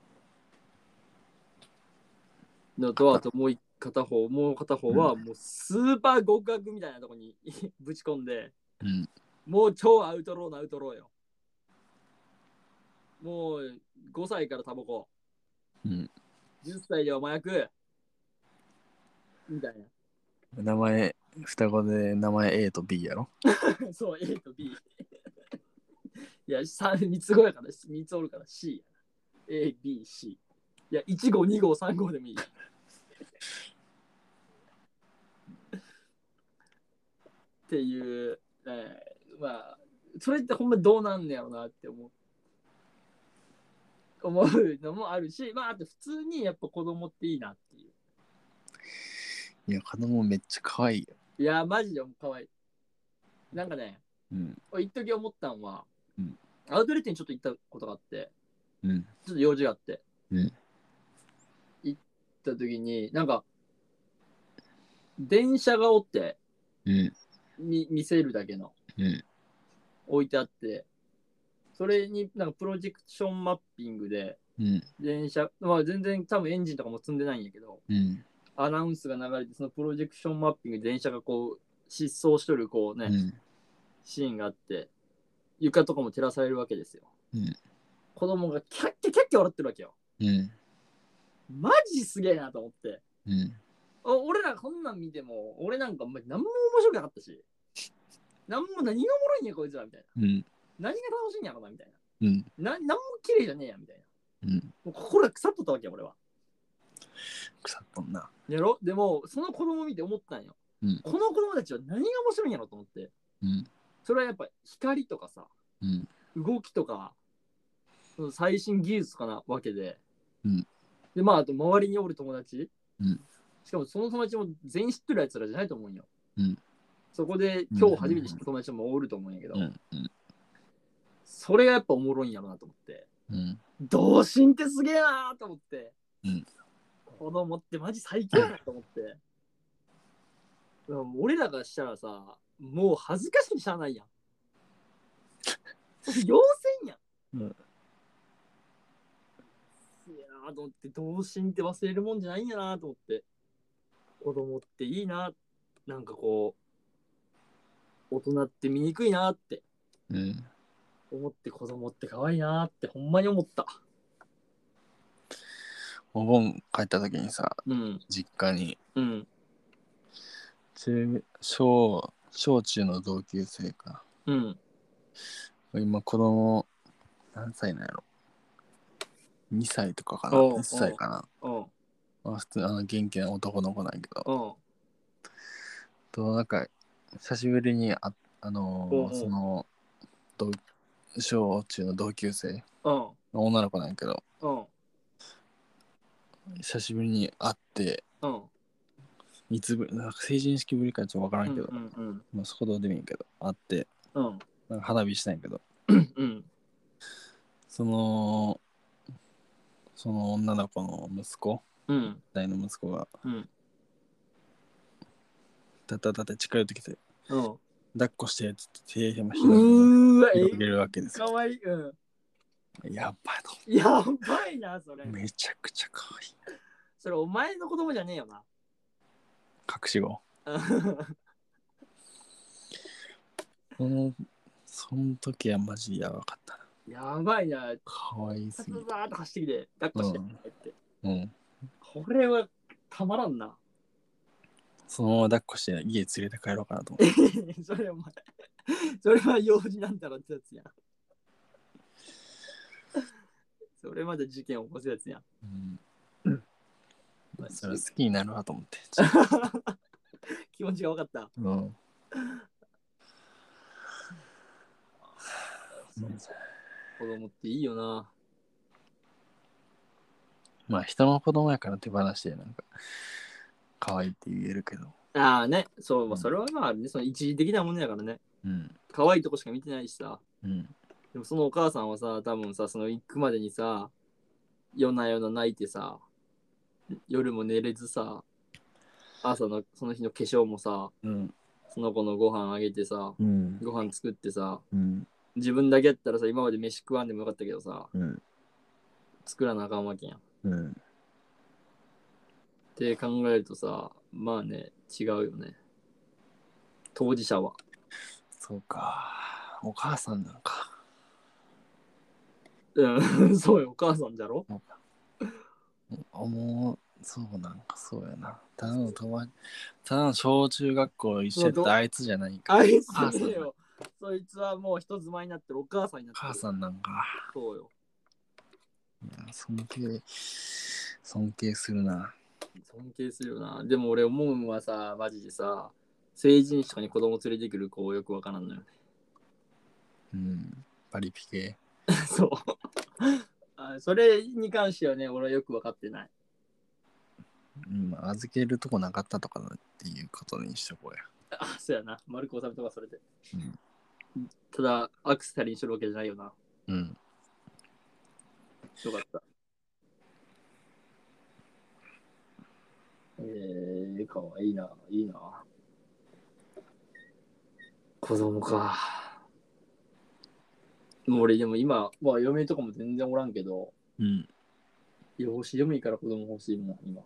A: のと、あともう一片方、もう片方は、もうスーパー極悪みたいなとこに ぶち込んで、
B: うん。
A: もう超アウトローなアウトローよ。もう5歳からタバコ、
B: うん。
A: 10歳では麻薬、みたい
B: 名前、双子で名前 A と B やろ。
A: な。 そう、A と B。いや、3、三つ子やから、三つおるから C やな。A、B、C。いや、1号、2号、3号でもいい。っていう、えーまあ、それってほんまどうなんねやろなって思う。思うのもあるし、まあ、あと普通にやっぱ子供っていいなっていう。
B: いや、子供めっちゃ可愛いよ。
A: いや、マジで可愛い。なんかね、
B: うん。
A: 俺一時思ったんは、
B: うん
A: アウトレットにちょっと行ったことがあって、
B: うん。
A: ちょっと用事があって、
B: うん
A: 行った時に、なんか、電車がおって、
B: うん。
A: み見せるだけの、
B: うん
A: 置いてあって、それになんかプロジェクションマッピングで、
B: うん。
A: 電車、まあ全然多分エンジンとかも積んでないんやけど、
B: うん。
A: アナウンスが流れて、そのプロジェクションマッピングで電車がこう、失踪しとるこうね、
B: うん。
A: シーンがあって、床とかも照らされるわけですよ。
B: うん
A: 子供がキャッキャキャッキャ笑ってるわけよ。
B: うん。
A: マジすげえなと思って。
B: うん。
A: お俺らこんなん見ても、俺なんかあんまり何も面白くなかったし、何も何がおもろいんやこいつらみたいな。
B: うん。
A: 何が楽しいんやろなみたい
B: うん。
A: な。な何も綺麗じゃねえやみたいな。
B: うん。
A: もう心が腐っとったわけよ、俺は。
B: 腐っとんな。
A: やろでも、その子供見て思ったんよ。
B: うん
A: この子供たちは何が面白いんやろと思って。
B: うん。
A: それはやっぱ光とかさ、
B: うん。
A: 動きとか、その最新技術かなわけで、
B: うん
A: で、まあ、あと周りにおる友達、
B: うん
A: しかもその友達も全員知ってるやつらじゃないと思うんよ。
B: うん
A: そこで今日初めて知った友達もおると思うんやけど、
B: うん。うん。
A: それがやっぱおもろいんやろなと思って、
B: うん。
A: 童心ってすげえなーと思って、
B: うん
A: 子供ってマジ最強やなと思って。でも俺らがしたらさ、もう恥ずかしくてしゃあないやん。そして妖精やん。
B: うん
A: いやーと思って、童心って忘れるもんじゃないんやなと思って。子供っていいな、なんかこう、大人って醜いなって
B: うん。
A: 思って、子供って可愛いなってほんまに思った。
B: お盆帰った時にさ、
A: うん、
B: 実家に
A: うん。
B: 中小小中の同級生か
A: うん。
B: 今子供何歳なんやろ2歳とかかな
A: おうおう
B: 1歳かな
A: うん。
B: まあ、普通あの元気な男の子なんやけど
A: うん。
B: となんか久しぶりにああのー
A: おうおう
B: その同小中の同級生
A: うん。
B: の女の子なんやけど
A: うん。
B: 久しぶりに会って
A: うん。
B: いつぶりなんか成人式ぶりかちょっとわからんけど、
A: うん。うん。
B: まあ、そこどうでもいいけど会って
A: うん。
B: なんか花火したんやけど
A: うん。
B: そのその女の子の息子
A: うん。
B: 大の息子が
A: うん。
B: たたたって近寄ってきて
A: うん。
B: 抱っこしてっつって手を広
A: うーわ、え
B: げるわけです
A: か
B: よ
A: わいい。うん。
B: やばいと思
A: やばいな、それ
B: って。めちゃくちゃ可愛い
A: それ、お前の子供じゃねえよな。
B: 隠し子そのその時はマジでやばかったな
A: やばいな。
B: 可愛
A: さ
B: す
A: す
B: ぎ
A: が
B: る
A: ーっと走ってきて、抱っこしてって。
B: うん
A: これはたまらんな。
B: そのまま抱っこして家連れて帰ろうかなと思って
A: それお前、それは用事なんだろってやつやん。それまで事件を起こすやつやん。
B: うんそれ好きになるわと 思って、
A: 気持ちが分かった。
B: うん、
A: 子供っていいよな。
B: まあ人の子供やから手放してなんか可愛いって言えるけど
A: ああね、そう、まあ、それはまあね、その一時的なもんだからね。
B: うん
A: 可愛いとこしか見てないしさ。
B: うん
A: でもそのお母さんはさ、多分さ、その行くまでにさ、夜な夜な泣いてさ、夜も寝れずさ、朝のその日の化粧もさ、
B: うん
A: その子のご飯あげてさ、
B: うん
A: ご飯作ってさ、
B: うん
A: 自分だけやったらさ、今まで飯食わんでもよかったけどさ、
B: うん
A: 作らなあかんわけやん。っ
B: うん
A: て考えるとさ、まあね、違うよね。当事者は。
B: そうかお母さんなんか
A: うん、 そうよ、お母さんじゃろ
B: おもうそうなんかそうやなただの友達ただの小中学校一緒やったあいつじゃないか
A: あいつ
B: 母さん
A: だよ。そいつはもう人妻になってるお母さんになってる。
B: 母さんなんか
A: そうよ。
B: いや尊敬尊敬するな
A: 尊敬するよな。でも俺思うのはさ、マジでさ、成人式とかに子供連れてくる子よくわからんのよね。
B: うんパリピ系
A: そうあ。それに関してはね、俺はよくわかってない。
B: うんまあ預けるとこなかったとかっていうことにしとこうや
A: あ、そうやな。丸く収めとかそれで。
B: うん
A: ただ、アクセサリーにしろるわけじゃないよな。
B: うん
A: よかった。えー、かわいいな、いいな。子供か。もう俺、でも今、まあ、嫁とかも全然おらんけど、
B: うん
A: 養子嫁から子供欲しいもん、今。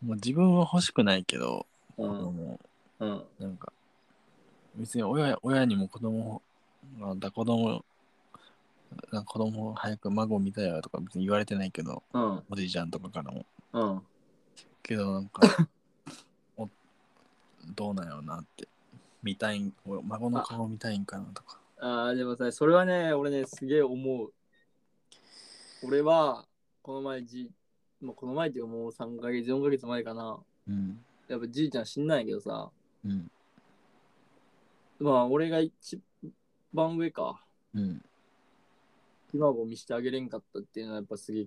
B: もう自分は欲しくないけど、
A: う
B: 子
A: ん、
B: 供
A: うん、
B: なんか別に親親にも子供なんだ子供なんか子供早く孫見たいわとか別に言われてないけど
A: うん、
B: おじいちゃんとかからも
A: うん。
B: けどなんかおどうなんやろうなって見たいん俺孫の顔見たいんかなとか
A: ああ、でもさ、それはね、俺ね、すげえ思う。俺は、この前じ、まあ、この前っていうかもう3ヶ月、4ヶ月前かな。
B: うん
A: やっぱじいちゃん死んないけどさ、
B: うん
A: まあ俺が一番上か、
B: うん
A: ひ孫を見してあげれんかったっていうのはやっぱすげえ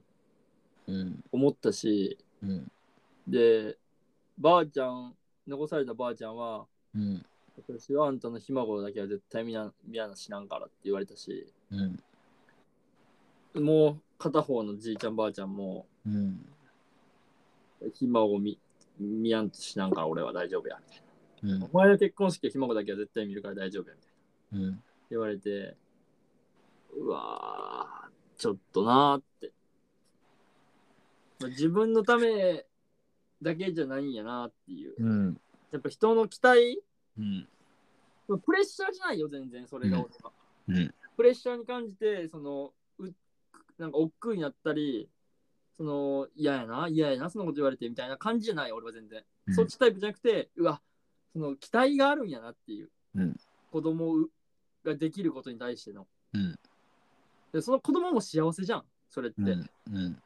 B: うん
A: 思ったし、
B: うん
A: で、ばあちゃん、残されたばあちゃんは、
B: うん
A: 私はあんたのひ孫だけは絶対見な見やなしなんからって言われたし、
B: うん
A: もう片方のじいちゃんばあちゃんも、
B: うん
A: ひ孫を見見やんとしなんから俺は大丈夫や、みたい
B: うん
A: な。お前の結婚式はひ孫だけは絶対見るから大丈夫や、みたいな。
B: うん
A: 言われて、うわー、ちょっとなーって。まあ自分のためだけじゃないんやなっていう。
B: うん
A: やっぱ人の期待、
B: うん
A: まあプレッシャーじゃないよ、全然、それが俺は。
B: うん
A: プレッシャーに感じて、その、うなんか、億劫になったり、その、嫌やな、嫌やな、そのこと言われてみたいな感じじゃない、俺は全然。そっちタイプじゃなくて、うわ、その、期待があるんやなっていう。
B: うん
A: 子供ができることに対しての。
B: うん
A: でその子供も幸せじゃんそれって、
B: うんうん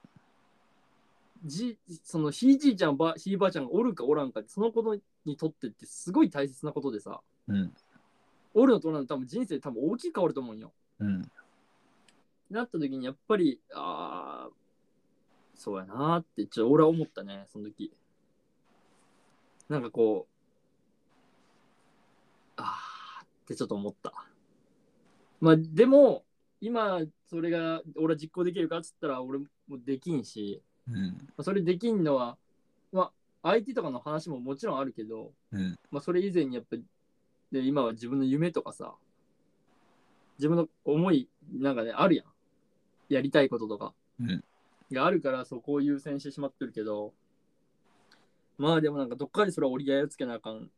A: じそのひいじいちゃんばひいばあちゃんがおるかおらんかってその子にとってってすごい大切なことでさ
B: うん
A: 俺のと俺の多分人生多分大きく変わると思うんよ。
B: うん。
A: なった時にやっぱり、ああ、そうやなーって、ちょっと俺は思ったね、その時。なんかこう、ああってちょっと思った。まあでも、今それが俺は実行できるかっつったら俺もできんし、
B: うん。
A: まあそれできんのは、まあ相手とかの話ももちろんあるけど、
B: うん。
A: まあ、それ以前にやっぱりで今は自分の夢とかさ自分の思いなんかねあるやんやりたいこととか、
B: うん
A: があるからそこを優先してしまってるけどまあでもなんかどっかでそれは折り合いをつけなあかん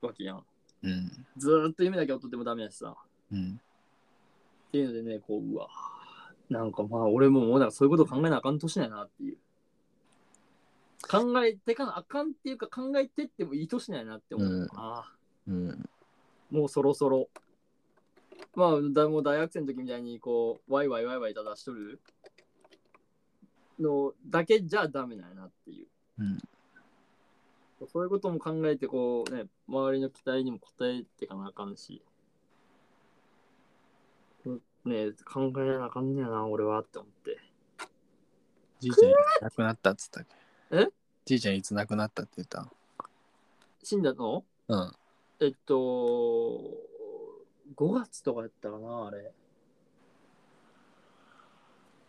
A: わけやん
B: うん。
A: ずーっと夢だけをとってもダメやしさ
B: うん。
A: っていうのでねこううわなんかまあ俺ももうなんかそういうこと考えなあかん年なんやなっていう考えてかなあかんっていうか考えてってもいい年なんやなって思う、
B: うん
A: ああ
B: うん。
A: もうそろそろ。まあ、だもう大学生の時みたいに、こう、ワイワイワイワイだだしとるのだけじゃダメなんやなっていう。
B: うん
A: そういうことも考えて、こうね、周りの期待にも応えてかなあかんし。うんね考えなあかんねやな、俺はって思って。
B: じいちゃんいつ亡くなったっつったっけ
A: え
B: じいちゃんいつ亡くなったって言った
A: 死んだの
B: うん。
A: えっと、5月とかやったかな、あれ。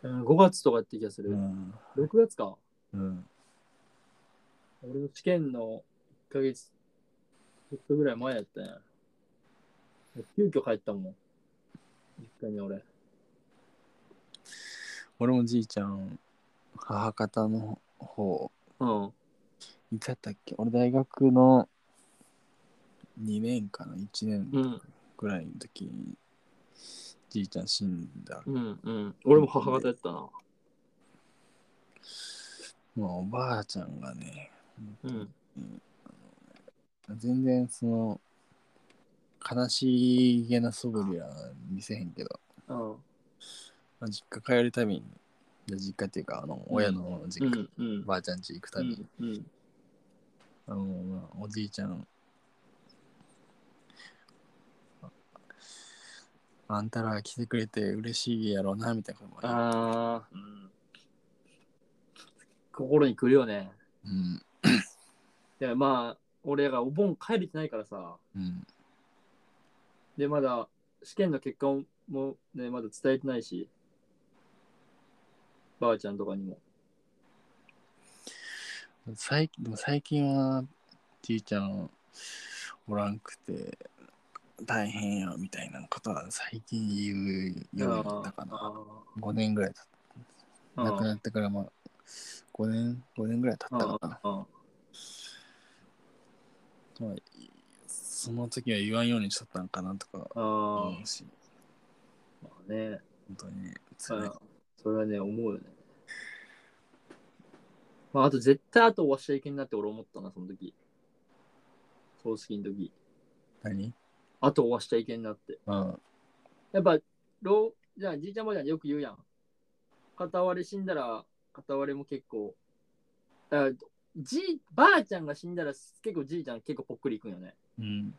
A: うん、5月とかやった気がする。
B: ん。
A: 6月か
B: うん。
A: 俺の試験の1ヶ月ちょっとぐらい前やったんや急遽帰ったもん実家に俺
B: 俺もじいちゃん、母方の方、
A: うん
B: いつやったっけ俺大学の2年かな、1年
A: うん
B: ぐらいの時に、じいちゃん死んだ。
A: うんうん俺も母方やったな
B: まあ、おばあちゃんがね、
A: うん
B: 全然その、悲しげな素振りは見せへんけど、
A: うん
B: まあ、実家帰るたびに、いや実家っていうか、あの、親の
A: う
B: 実家、
A: んうん
B: ばあちゃん家行くた
A: う
B: びに、
A: んうん
B: あの、まあ、おじいちゃん、ああんたら来てくれて嬉しいやろうな、みたいなことも
A: ああ心にくるよね
B: うん。
A: いやまあ俺がお盆帰れてないからさ
B: うん。
A: でまだ試験の結果をもねまだ伝えてないしばあちゃんとかにも
B: 最近、でも最近は、じいちゃん、おらんくて、大変や、みたいなことは最近言うようになったかな。5年ぐらい経っ
A: あ
B: た。
A: ー
B: 亡くなってから、まあ、5年、5年ぐらい経ったか
A: う
B: な。
A: ん
B: まあ、いその時は言わんようにしとったんかなとか
A: あ
B: 思うし、
A: あ、まあね、
B: 本当に、ね、
A: そ
B: 辛い
A: れそれはね、思うよね。まあ、あと絶対後を忘しちゃいけんなって俺思ったな、その時。葬式の時。
B: 何
A: 後を忘しちゃいけんなって。
B: うん。
A: やっぱ、老じゃあ、じいちゃんもじゃんよく言うやん。片割れ死んだら、片割れも結構。あじい、ばあちゃんが死んだら、結構じいちゃん結構ぽっくりいくんよね。
B: うん。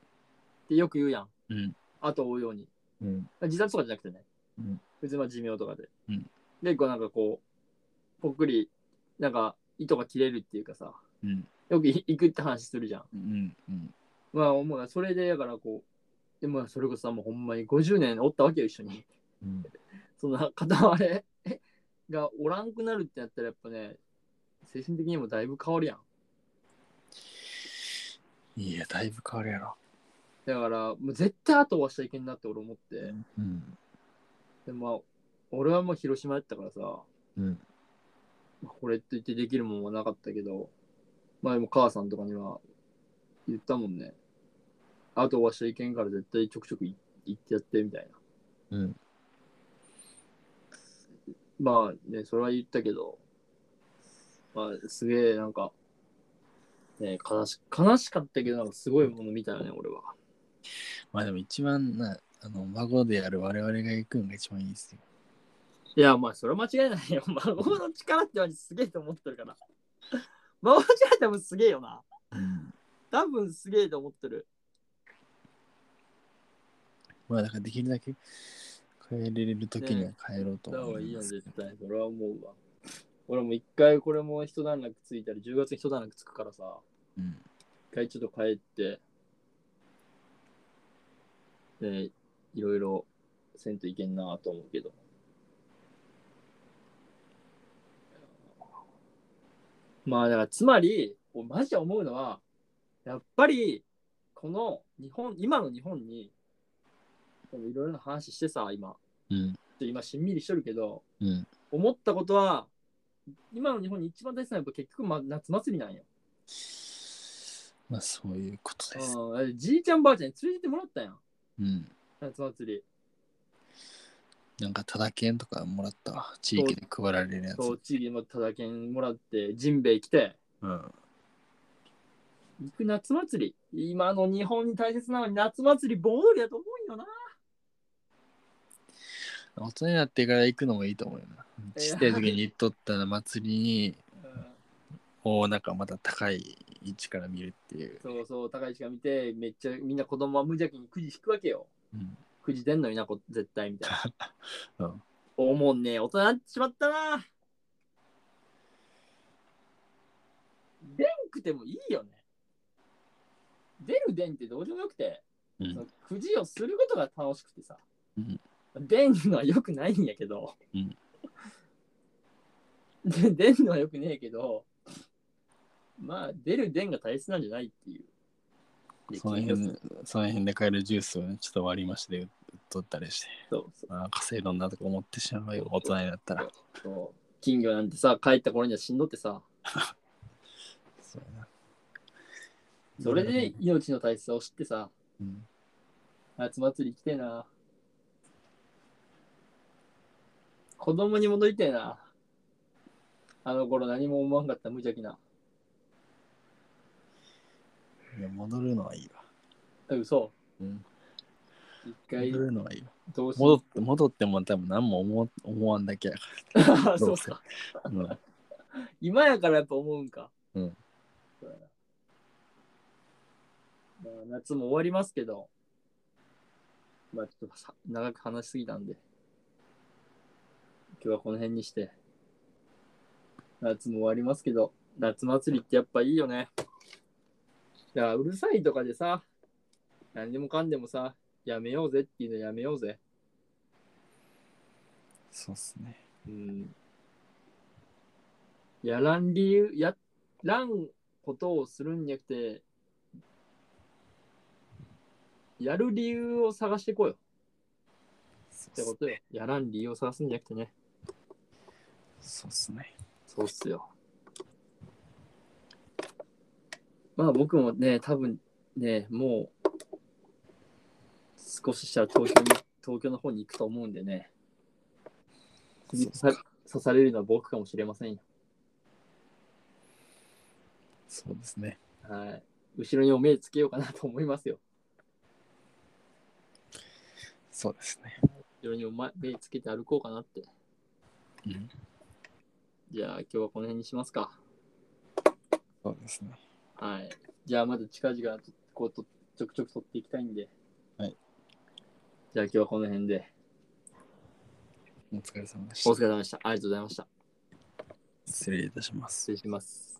A: ってよく言うやん。
B: うん。
A: 後を追うように。
B: うん。
A: 自殺とかじゃなくてね、
B: うん
A: 別にまあ寿命とかで、
B: うん
A: でこうなんかこうぽっくりなんか糸が切れるっていうかさ
B: うん。
A: よくい行くって話するじゃん
B: うん。うん。
A: まあ思うがそれでだからこうでもそれこそさもうほんまに50年おったわけよ一緒に
B: うん。
A: そんな片割れがおらんくなるってなったらやっぱね精神的にもだいぶ変わるやん
B: いや、だいぶ変わるやろ。
A: だからもう絶対後はしちゃいけんなって俺思って、
B: うん。
A: でまあ俺はもう広島やったからさ
B: うん。
A: これって言ってできるもんはなかったけど、前も母さんとかには言ったもんね。あとはしちゃいけんから絶対ちょくちょくい行ってやってみたいな。
B: うん。
A: まあね、それは言ったけど、まあすげえなんか、ね、悲し悲しかったけど、なんかすごいもの見たよね、俺は。
B: まあでも一番な、あの、孫である我々が行くのが一番いいですよ。
A: いや、まあそれは間違いないよ。 孫の力ってマジすげえと思ってるから。 孫の力ってもすげえよな。
B: うん。
A: 多分すげえと思ってる。
B: まあだからできるだけ帰れる時には帰ろう
A: 行
B: と
A: った方
B: 思
A: がいい
B: い
A: よ、
B: ますけ
A: 絶
B: ど。
A: 対。それは思うわ。俺も一回これも一段落ついたり、10月に一段落つくからさ、
B: うん
A: 一回ちょっと帰って、ね、いろいろせんといけんなと思うけど。まあだから、つまり、俺マジで思うのは、やっぱり、この日本、今の日本に、いろいろな話してさ、今。
B: うん
A: ちょっと今しんみりしとるけど、
B: うん
A: 思ったことは今の日本に一番大事なのはやっぱ結局、ま、夏祭りなんよ、
B: まあそういうことです。
A: うんあれじいちゃんばあちゃんに連れてってもらったやん
B: うん。
A: 夏祭り
B: なんかただ券とかもらったわ。地域で配られるやつ。
A: そう地域もただ券もらってジンベエ来て
B: うん。
A: 行く夏祭り今の日本に大切なのに夏祭り盆踊りだと思うよな
B: 大人になってから行くのもいいと思うよな。
A: い
B: ち
A: や
B: っちゃい時に行っとった祭りに、おなんかまた高い位置から見るっていう。
A: そうそう高いしか見てめっちゃみんな子供は無邪気にくじ引くわけよ
B: うん
A: くじ出んのになこ絶対みたいな、
B: うん
A: おもんねえ大人になってしまったな出んくてもいいよね出る出んってど うでもよくて、
B: う
A: そ
B: ん
A: のくじをすることが楽しくてさ、
B: うん
A: 出んのはよくないんやけど、
B: うん
A: で出んのはよくねえけどまあ出る出んが大切なんじゃないっていう
B: その辺その辺で買えるジュースをね、ちょっと割り増しで売っとったりして、
A: そうそう
B: ああ、稼いどんなとか思ってしまうよ、大人になったら。
A: そう金魚なんてさ帰った頃には死んどってさ
B: そうやな
A: それで、命の大切さを知ってさ
B: うん
A: 夏祭り来てえな子供に戻りてえなあの頃何も思わんかった無邪気ない
B: や戻るのはいいわ。
A: え嘘
B: うん
A: 一回
B: 戻るのはいいわ。
A: どうし
B: 戻って戻っても多分何も思思わんだけやか
A: そうか
B: ら。うん
A: 今やからやっぱ思うんか
B: うん
A: そうやなまあ夏も終わりますけどまあちょっとさ長く話しすぎたんで今日はこの辺にして夏も終わりますけど夏祭りってやっぱいいよねだからうるさいとかでさ何でもかんでもさやめようぜっていうのやめようぜ
B: そうっすね。
A: うんやらん理由、やらんことをするんじゃなくて、やる理由を探してこいよ
B: そう
A: って
B: っす
A: ことよ。やらん理由を探すんじゃなくてね。
B: そうっすね。
A: そうっすよ。まあ僕もね、多分ね、もう少ししたら東京に、東京の方に行くと思うんでね、
B: そうっす
A: 刺されるのは僕かもしれませんよ。
B: そうですね。
A: はい。後ろにお目つけようかなと思いますよ。
B: そうですね。
A: 後ろにお前目つけて歩こうかなって。
B: うん
A: じゃあ今日はこの辺にしますか。
B: そうですね。
A: はい。じゃあまず近々とこうとちょくちょく取っていきたいんで。
B: はい。
A: じゃあ今日はこの辺で。
B: お疲れ様でし
A: お
B: た
A: 疲。れ様でした。ありがとうございました。
B: 失礼いたします
A: 失。礼します。